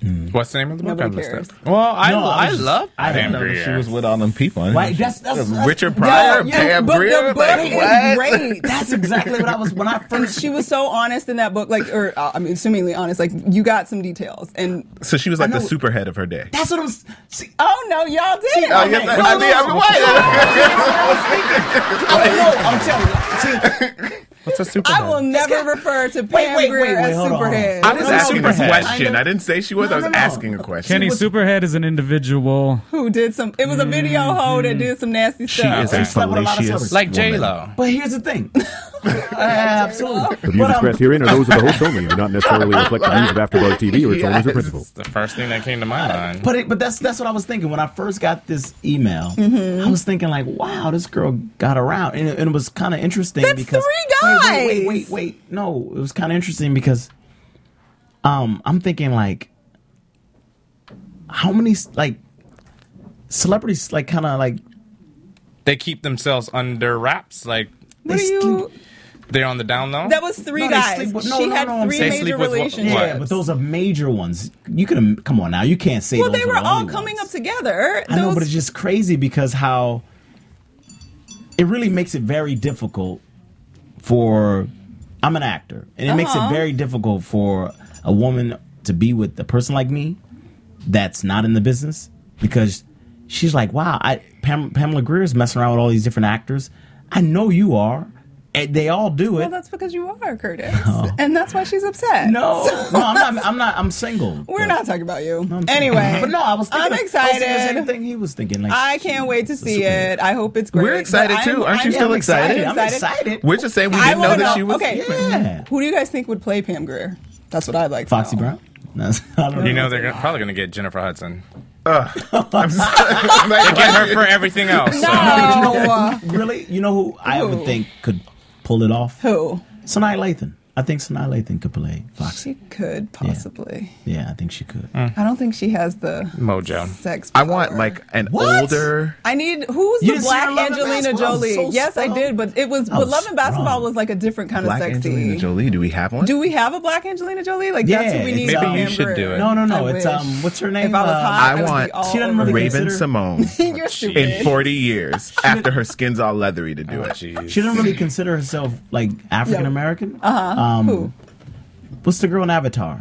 Speaker 6: What's the name of the book?
Speaker 2: Nobody
Speaker 6: I missed
Speaker 2: cares.
Speaker 6: that. Well, I,
Speaker 4: No, I
Speaker 6: I,
Speaker 4: was just-
Speaker 6: love
Speaker 4: I didn't
Speaker 6: Pam
Speaker 4: know
Speaker 6: Grier.
Speaker 5: She was with all them people. ain't
Speaker 4: Right,
Speaker 5: she?
Speaker 4: that's- that's- that's-
Speaker 5: Richard Pryor,
Speaker 2: Uh, Yeah,
Speaker 5: Pam
Speaker 2: but
Speaker 5: Grier.
Speaker 2: the book
Speaker 5: Like,
Speaker 2: is
Speaker 5: what?
Speaker 2: great.
Speaker 4: That's exactly what I was when I first.
Speaker 2: She was so honest in that book, like, or uh, I mean, assumingly honest. Like, you got some details, and
Speaker 5: So she was like
Speaker 4: I
Speaker 5: the
Speaker 4: know-
Speaker 5: superhead of her day.
Speaker 4: That's what I was. See,
Speaker 2: oh no, y'all did.
Speaker 5: I guess I- I mean, I'm white.
Speaker 4: I don't know. I'm telling you. See,
Speaker 6: What's a super?
Speaker 2: I will never refer to Pam
Speaker 4: wait,
Speaker 2: Grier
Speaker 4: wait, wait,
Speaker 2: as
Speaker 4: hold on, hold on.
Speaker 2: Superhead.
Speaker 5: I was
Speaker 6: No,
Speaker 5: asking a
Speaker 6: superhead.
Speaker 5: question.
Speaker 4: I know.
Speaker 5: I didn't say she was.
Speaker 4: No,
Speaker 5: I was
Speaker 4: no, no.
Speaker 5: asking a question.
Speaker 3: Kenny Superhead is an individual.
Speaker 2: Who did some? It was a video hoe that did some nasty
Speaker 5: She
Speaker 2: stuff.
Speaker 5: is a
Speaker 4: She's like one of our
Speaker 5: fallacious
Speaker 4: celebrities.
Speaker 6: like J
Speaker 5: woman.
Speaker 6: Lo.
Speaker 4: but here's the thing. Absolutely.
Speaker 10: The views
Speaker 4: But, um,
Speaker 10: expressed herein are those of the host only and not necessarily reflect the views of AfterBuzz TV or its owners or principal.
Speaker 6: The first thing that came to my mind.
Speaker 4: Uh, But it, but that's that's what I was thinking when I first got this email.
Speaker 2: Mm-hmm.
Speaker 4: I was thinking like, wow, this girl got around, and it, and it was kind of interesting
Speaker 2: That's
Speaker 4: because
Speaker 2: three
Speaker 4: Wait, wait,
Speaker 2: guys!
Speaker 4: wait, wait, wait. no, it was kind of interesting because, um, I'm thinking like, how many like celebrities like kind of like
Speaker 6: they keep themselves under wraps, like
Speaker 2: What are
Speaker 4: they
Speaker 2: you?
Speaker 6: they're on the down low.
Speaker 2: That was three
Speaker 4: No, they
Speaker 2: guys.
Speaker 4: sleep with- no,
Speaker 2: she
Speaker 4: no,
Speaker 2: had
Speaker 4: no, I'm
Speaker 2: three
Speaker 6: saying
Speaker 2: major
Speaker 6: sleep with what-
Speaker 2: relationships.
Speaker 6: what?
Speaker 4: yeah, but those are major ones. You can come on now, you can't say
Speaker 2: well,
Speaker 4: those
Speaker 2: they
Speaker 4: are
Speaker 2: were
Speaker 4: the
Speaker 2: all
Speaker 4: only
Speaker 2: coming
Speaker 4: ones.
Speaker 2: up together.
Speaker 4: I know,
Speaker 2: Those-
Speaker 4: but it's just crazy because how it really makes it very difficult for. I'm an actor, and it makes it
Speaker 2: Uh-huh.
Speaker 4: very difficult for a woman to be with a person like me that's not in the business because she's like, wow, I, Pam, Pamela Greer is messing around with all these different actors. I know you are. And they all do
Speaker 2: well,
Speaker 4: it.
Speaker 2: that's because you are Curtis, and that's why she's upset.
Speaker 4: no, no, I'm not. I'm not. I'm single.
Speaker 2: we're
Speaker 4: but-
Speaker 2: not talking about you.
Speaker 4: I'm single.
Speaker 2: anyway,
Speaker 4: but no, I was. Thinking,
Speaker 2: I'm
Speaker 4: I was
Speaker 2: excited.
Speaker 4: thinking the same thing he was thinking. Like,
Speaker 2: I can't wait to see it. I hope it's great.
Speaker 5: We're excited,
Speaker 2: But I'm-
Speaker 5: too. Aren't you
Speaker 2: I'm-
Speaker 5: still
Speaker 2: I'm
Speaker 5: excited?
Speaker 4: I'm excited.
Speaker 5: We're just saying we
Speaker 2: I
Speaker 5: didn't know
Speaker 2: wanna
Speaker 5: that
Speaker 2: know-
Speaker 5: she was.
Speaker 2: okay.
Speaker 4: Yeah.
Speaker 2: Who do you guys think would play Pam Grier? That's what I'd like. to
Speaker 4: Foxy
Speaker 2: know.
Speaker 4: Brown? No, I don't
Speaker 6: you know they're gonna, probably going to get Jennifer Hudson.
Speaker 5: I'm sorry. Like,
Speaker 6: Get her for everything else. so.
Speaker 2: No.
Speaker 4: really? You know who I
Speaker 2: Who?
Speaker 4: would think could pull it off?
Speaker 2: Who?
Speaker 4: Sanaa Lathan. I think Sanaa Lathan could play
Speaker 2: She
Speaker 4: Foxy.
Speaker 2: could possibly.
Speaker 4: Yeah, I think she could.
Speaker 2: I don't think she has the
Speaker 6: Mojo.
Speaker 2: sex.
Speaker 5: I want
Speaker 2: power.
Speaker 5: like an
Speaker 4: What?
Speaker 5: older.
Speaker 2: I need who's the
Speaker 4: You didn't see
Speaker 2: black
Speaker 4: her Love and
Speaker 2: Angelina
Speaker 4: Basketball?
Speaker 2: Jolie?
Speaker 4: So
Speaker 2: yes, I
Speaker 4: strong.
Speaker 2: did, but it was
Speaker 4: I
Speaker 2: but
Speaker 4: was
Speaker 2: Love and Basketball
Speaker 4: strong.
Speaker 2: was like a different kind
Speaker 5: Black
Speaker 2: of sexy.
Speaker 5: Angelina Jolie. Do we have one?
Speaker 2: Do we have a black Angelina Jolie? Like that's
Speaker 4: Yeah,
Speaker 2: who we
Speaker 4: it's,
Speaker 2: need.
Speaker 4: Maybe
Speaker 2: for
Speaker 4: you
Speaker 2: Pam
Speaker 6: should
Speaker 2: Grier.
Speaker 6: do it.
Speaker 4: No, no, no.
Speaker 2: I
Speaker 4: it's
Speaker 2: wish.
Speaker 4: um, what's her name?
Speaker 2: If I was
Speaker 4: Uh,
Speaker 2: hot, I,
Speaker 5: I
Speaker 2: would
Speaker 5: want-
Speaker 2: be all
Speaker 4: She doesn't
Speaker 2: over
Speaker 4: really
Speaker 2: it.
Speaker 5: Raven
Speaker 4: consider-
Speaker 5: Simone
Speaker 2: You're stupid.
Speaker 5: in 40 years after her skin's all leathery to do it.
Speaker 6: Oh, jeez.
Speaker 4: She didn't really consider herself like African American. Uh huh. Um,
Speaker 2: Uh-huh. Who?
Speaker 4: What's the girl in Avatar?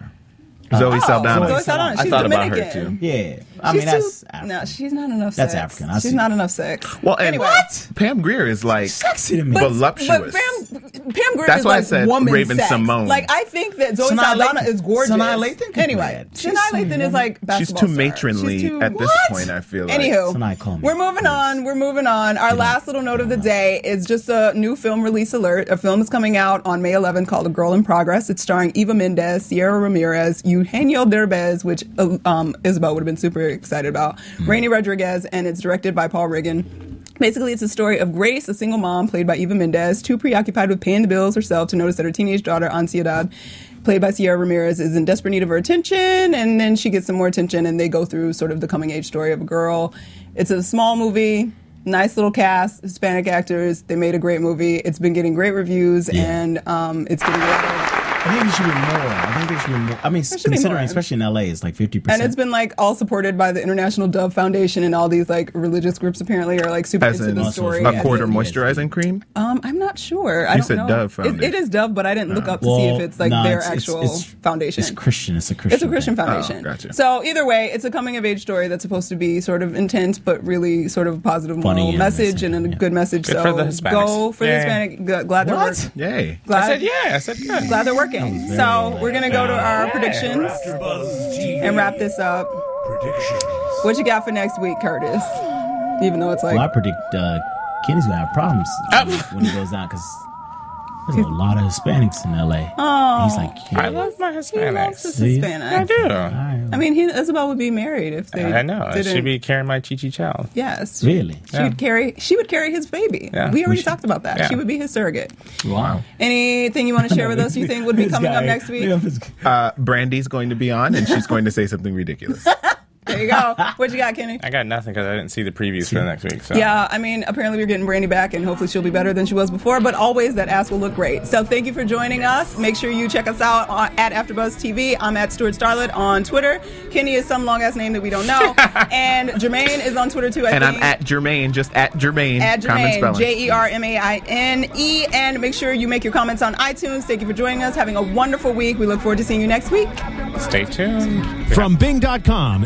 Speaker 5: Zoe
Speaker 2: Oh,
Speaker 5: Saldana.
Speaker 2: Zoe Saldana.
Speaker 5: I
Speaker 2: She's
Speaker 5: thought
Speaker 2: Dominican.
Speaker 5: about her too.
Speaker 4: Yeah, I
Speaker 2: She's
Speaker 4: mean that's
Speaker 2: too,
Speaker 4: African.
Speaker 2: no, she's not enough.
Speaker 4: That's
Speaker 2: sex.
Speaker 4: African, I
Speaker 2: She's
Speaker 4: see.
Speaker 2: not enough sex.
Speaker 5: Well, and
Speaker 2: anyway,
Speaker 5: Pam Grier is like
Speaker 4: sexy to me.
Speaker 2: But,
Speaker 5: voluptuous.
Speaker 2: But Pam, Pam Grier
Speaker 5: That's
Speaker 2: is
Speaker 5: why I
Speaker 2: like
Speaker 5: said
Speaker 2: woman
Speaker 5: Raven
Speaker 2: sex.
Speaker 5: Simone.
Speaker 2: Like I think that Zoe
Speaker 4: Sanaa
Speaker 2: Saldana
Speaker 4: Lathan-
Speaker 2: is gorgeous.
Speaker 4: Sanaa Lathan could do
Speaker 2: anyway,
Speaker 4: that. She's
Speaker 2: Sanaa
Speaker 4: some
Speaker 2: Lathan is
Speaker 4: woman.
Speaker 2: like basketball
Speaker 5: She's too
Speaker 2: star.
Speaker 5: matronly
Speaker 2: She's too-
Speaker 5: at this
Speaker 2: What?
Speaker 5: point, I feel like.
Speaker 2: Anywho,
Speaker 4: Sanaa, call me.
Speaker 2: we're moving on. We're moving on. Our last little note of the day is just a new film release alert. A film is coming out on May 11th called A Girl in Progress. It's starring Eva Mendes, Sierra Ramirez, Eugenio Derbez, which uh, um, Isabel would have been super excited about,
Speaker 4: Hmm.
Speaker 2: Rainey Rodriguez, and it's directed by Paul Riggin. Basically, it's a story of Grace, a single mom played by Eva Mendes, too preoccupied with paying the bills herself to notice that her teenage daughter, Ansiedad, played by Sierra Ramirez, is in desperate need of her attention. And then she gets some more attention, and they go through sort of the coming age story of a girl. It's a small movie, nice little cast, Hispanic actors. They made a great movie. It's been getting great reviews, and um, it's getting a lot of-
Speaker 4: I think there should be more. I think there should be more. I mean,
Speaker 2: should be more.
Speaker 4: considering, especially in LA, it's like fifty percent.
Speaker 2: And it's been like all supported by the International Dove Foundation, and all these like religious groups apparently are like super
Speaker 5: As
Speaker 2: into
Speaker 5: in
Speaker 2: the
Speaker 4: also
Speaker 2: story.
Speaker 5: a
Speaker 2: as
Speaker 5: quarter
Speaker 2: in-
Speaker 5: moisturizing cream.
Speaker 2: Um, I'm not sure. I
Speaker 5: You
Speaker 2: don't
Speaker 5: said
Speaker 2: know.
Speaker 5: Dove
Speaker 2: It- it
Speaker 5: Foundation.
Speaker 2: is Dove, but I didn't look up to see if it's like
Speaker 4: nah,
Speaker 2: their
Speaker 4: it's- it's-
Speaker 2: actual
Speaker 4: it's-
Speaker 2: foundation.
Speaker 4: It's Christian. It's a Christian.
Speaker 2: It's a Christian
Speaker 4: thing.
Speaker 2: foundation.
Speaker 5: Oh, gotcha.
Speaker 2: So either way, it's a coming of age story that's supposed to be sort of intense, but really sort of a positive moral
Speaker 4: Funny and
Speaker 2: message
Speaker 4: messy,
Speaker 2: and a
Speaker 4: yeah.
Speaker 2: good message.
Speaker 6: Good
Speaker 2: so
Speaker 6: for the Hispanics.
Speaker 2: go for the
Speaker 6: Yeah.
Speaker 2: Hispanic. Gl- Glad they're
Speaker 4: What?
Speaker 2: working.
Speaker 5: Yay.
Speaker 2: Glad,
Speaker 6: I said yeah. I said good.
Speaker 2: glad they're working. So we're gonna go to our predictions
Speaker 9: AfterBuzz TV
Speaker 2: and wrap this up.
Speaker 9: predictions.
Speaker 2: What you got for next week, Curtis? Even though it's like
Speaker 4: Well, I predict uh, Kenny's gonna have problems when he goes down because there's a lot of Hispanics in LA. Oh, he's like, yeah,
Speaker 6: I love my
Speaker 2: loves
Speaker 6: Hispanics.
Speaker 2: this
Speaker 4: See?
Speaker 6: I
Speaker 2: Hispanic.
Speaker 6: do.
Speaker 4: all right,
Speaker 2: I mean, he, Isabel would be married if they.
Speaker 6: I know. I
Speaker 2: Didn't,
Speaker 6: should be carrying my Chi Chi Chow.
Speaker 2: Yes.
Speaker 4: really?
Speaker 2: She would carry. She would carry his baby.
Speaker 6: Yeah.
Speaker 2: We already
Speaker 6: Would she?
Speaker 2: talked about that.
Speaker 6: Yeah.
Speaker 2: She would be his surrogate.
Speaker 4: Wow.
Speaker 2: Anything you want to share with us? You think would be
Speaker 4: This
Speaker 2: coming up
Speaker 4: guy-
Speaker 2: next week?
Speaker 4: Yeah, this-
Speaker 5: Uh, Brandy's going to be on and she's going to say something ridiculous.
Speaker 2: There you go. What you got, Kenny?
Speaker 6: I got nothing because I didn't see the previews for the next week. So.
Speaker 2: Yeah, I mean, apparently we're getting Brandy back, and hopefully she'll be better than she was before. But always, that ass will look great. So thank you for joining us. Make sure you check us out on, at AfterBuzz TV. I'm at Stuart Starlet on Twitter. Kenny is some long ass name that we don't know, and Jermaine is on Twitter too. I
Speaker 5: and
Speaker 2: think.
Speaker 5: I'm at Jermaine, just at Jermaine.
Speaker 2: At
Speaker 5: common
Speaker 2: Jermaine,
Speaker 5: spelling.
Speaker 2: J E R M A I N E. And make sure you make your comments on iTunes. Thank you for joining us. Having a wonderful week. We look forward to seeing you next week.
Speaker 6: Stay tuned.
Speaker 1: From Bing.com,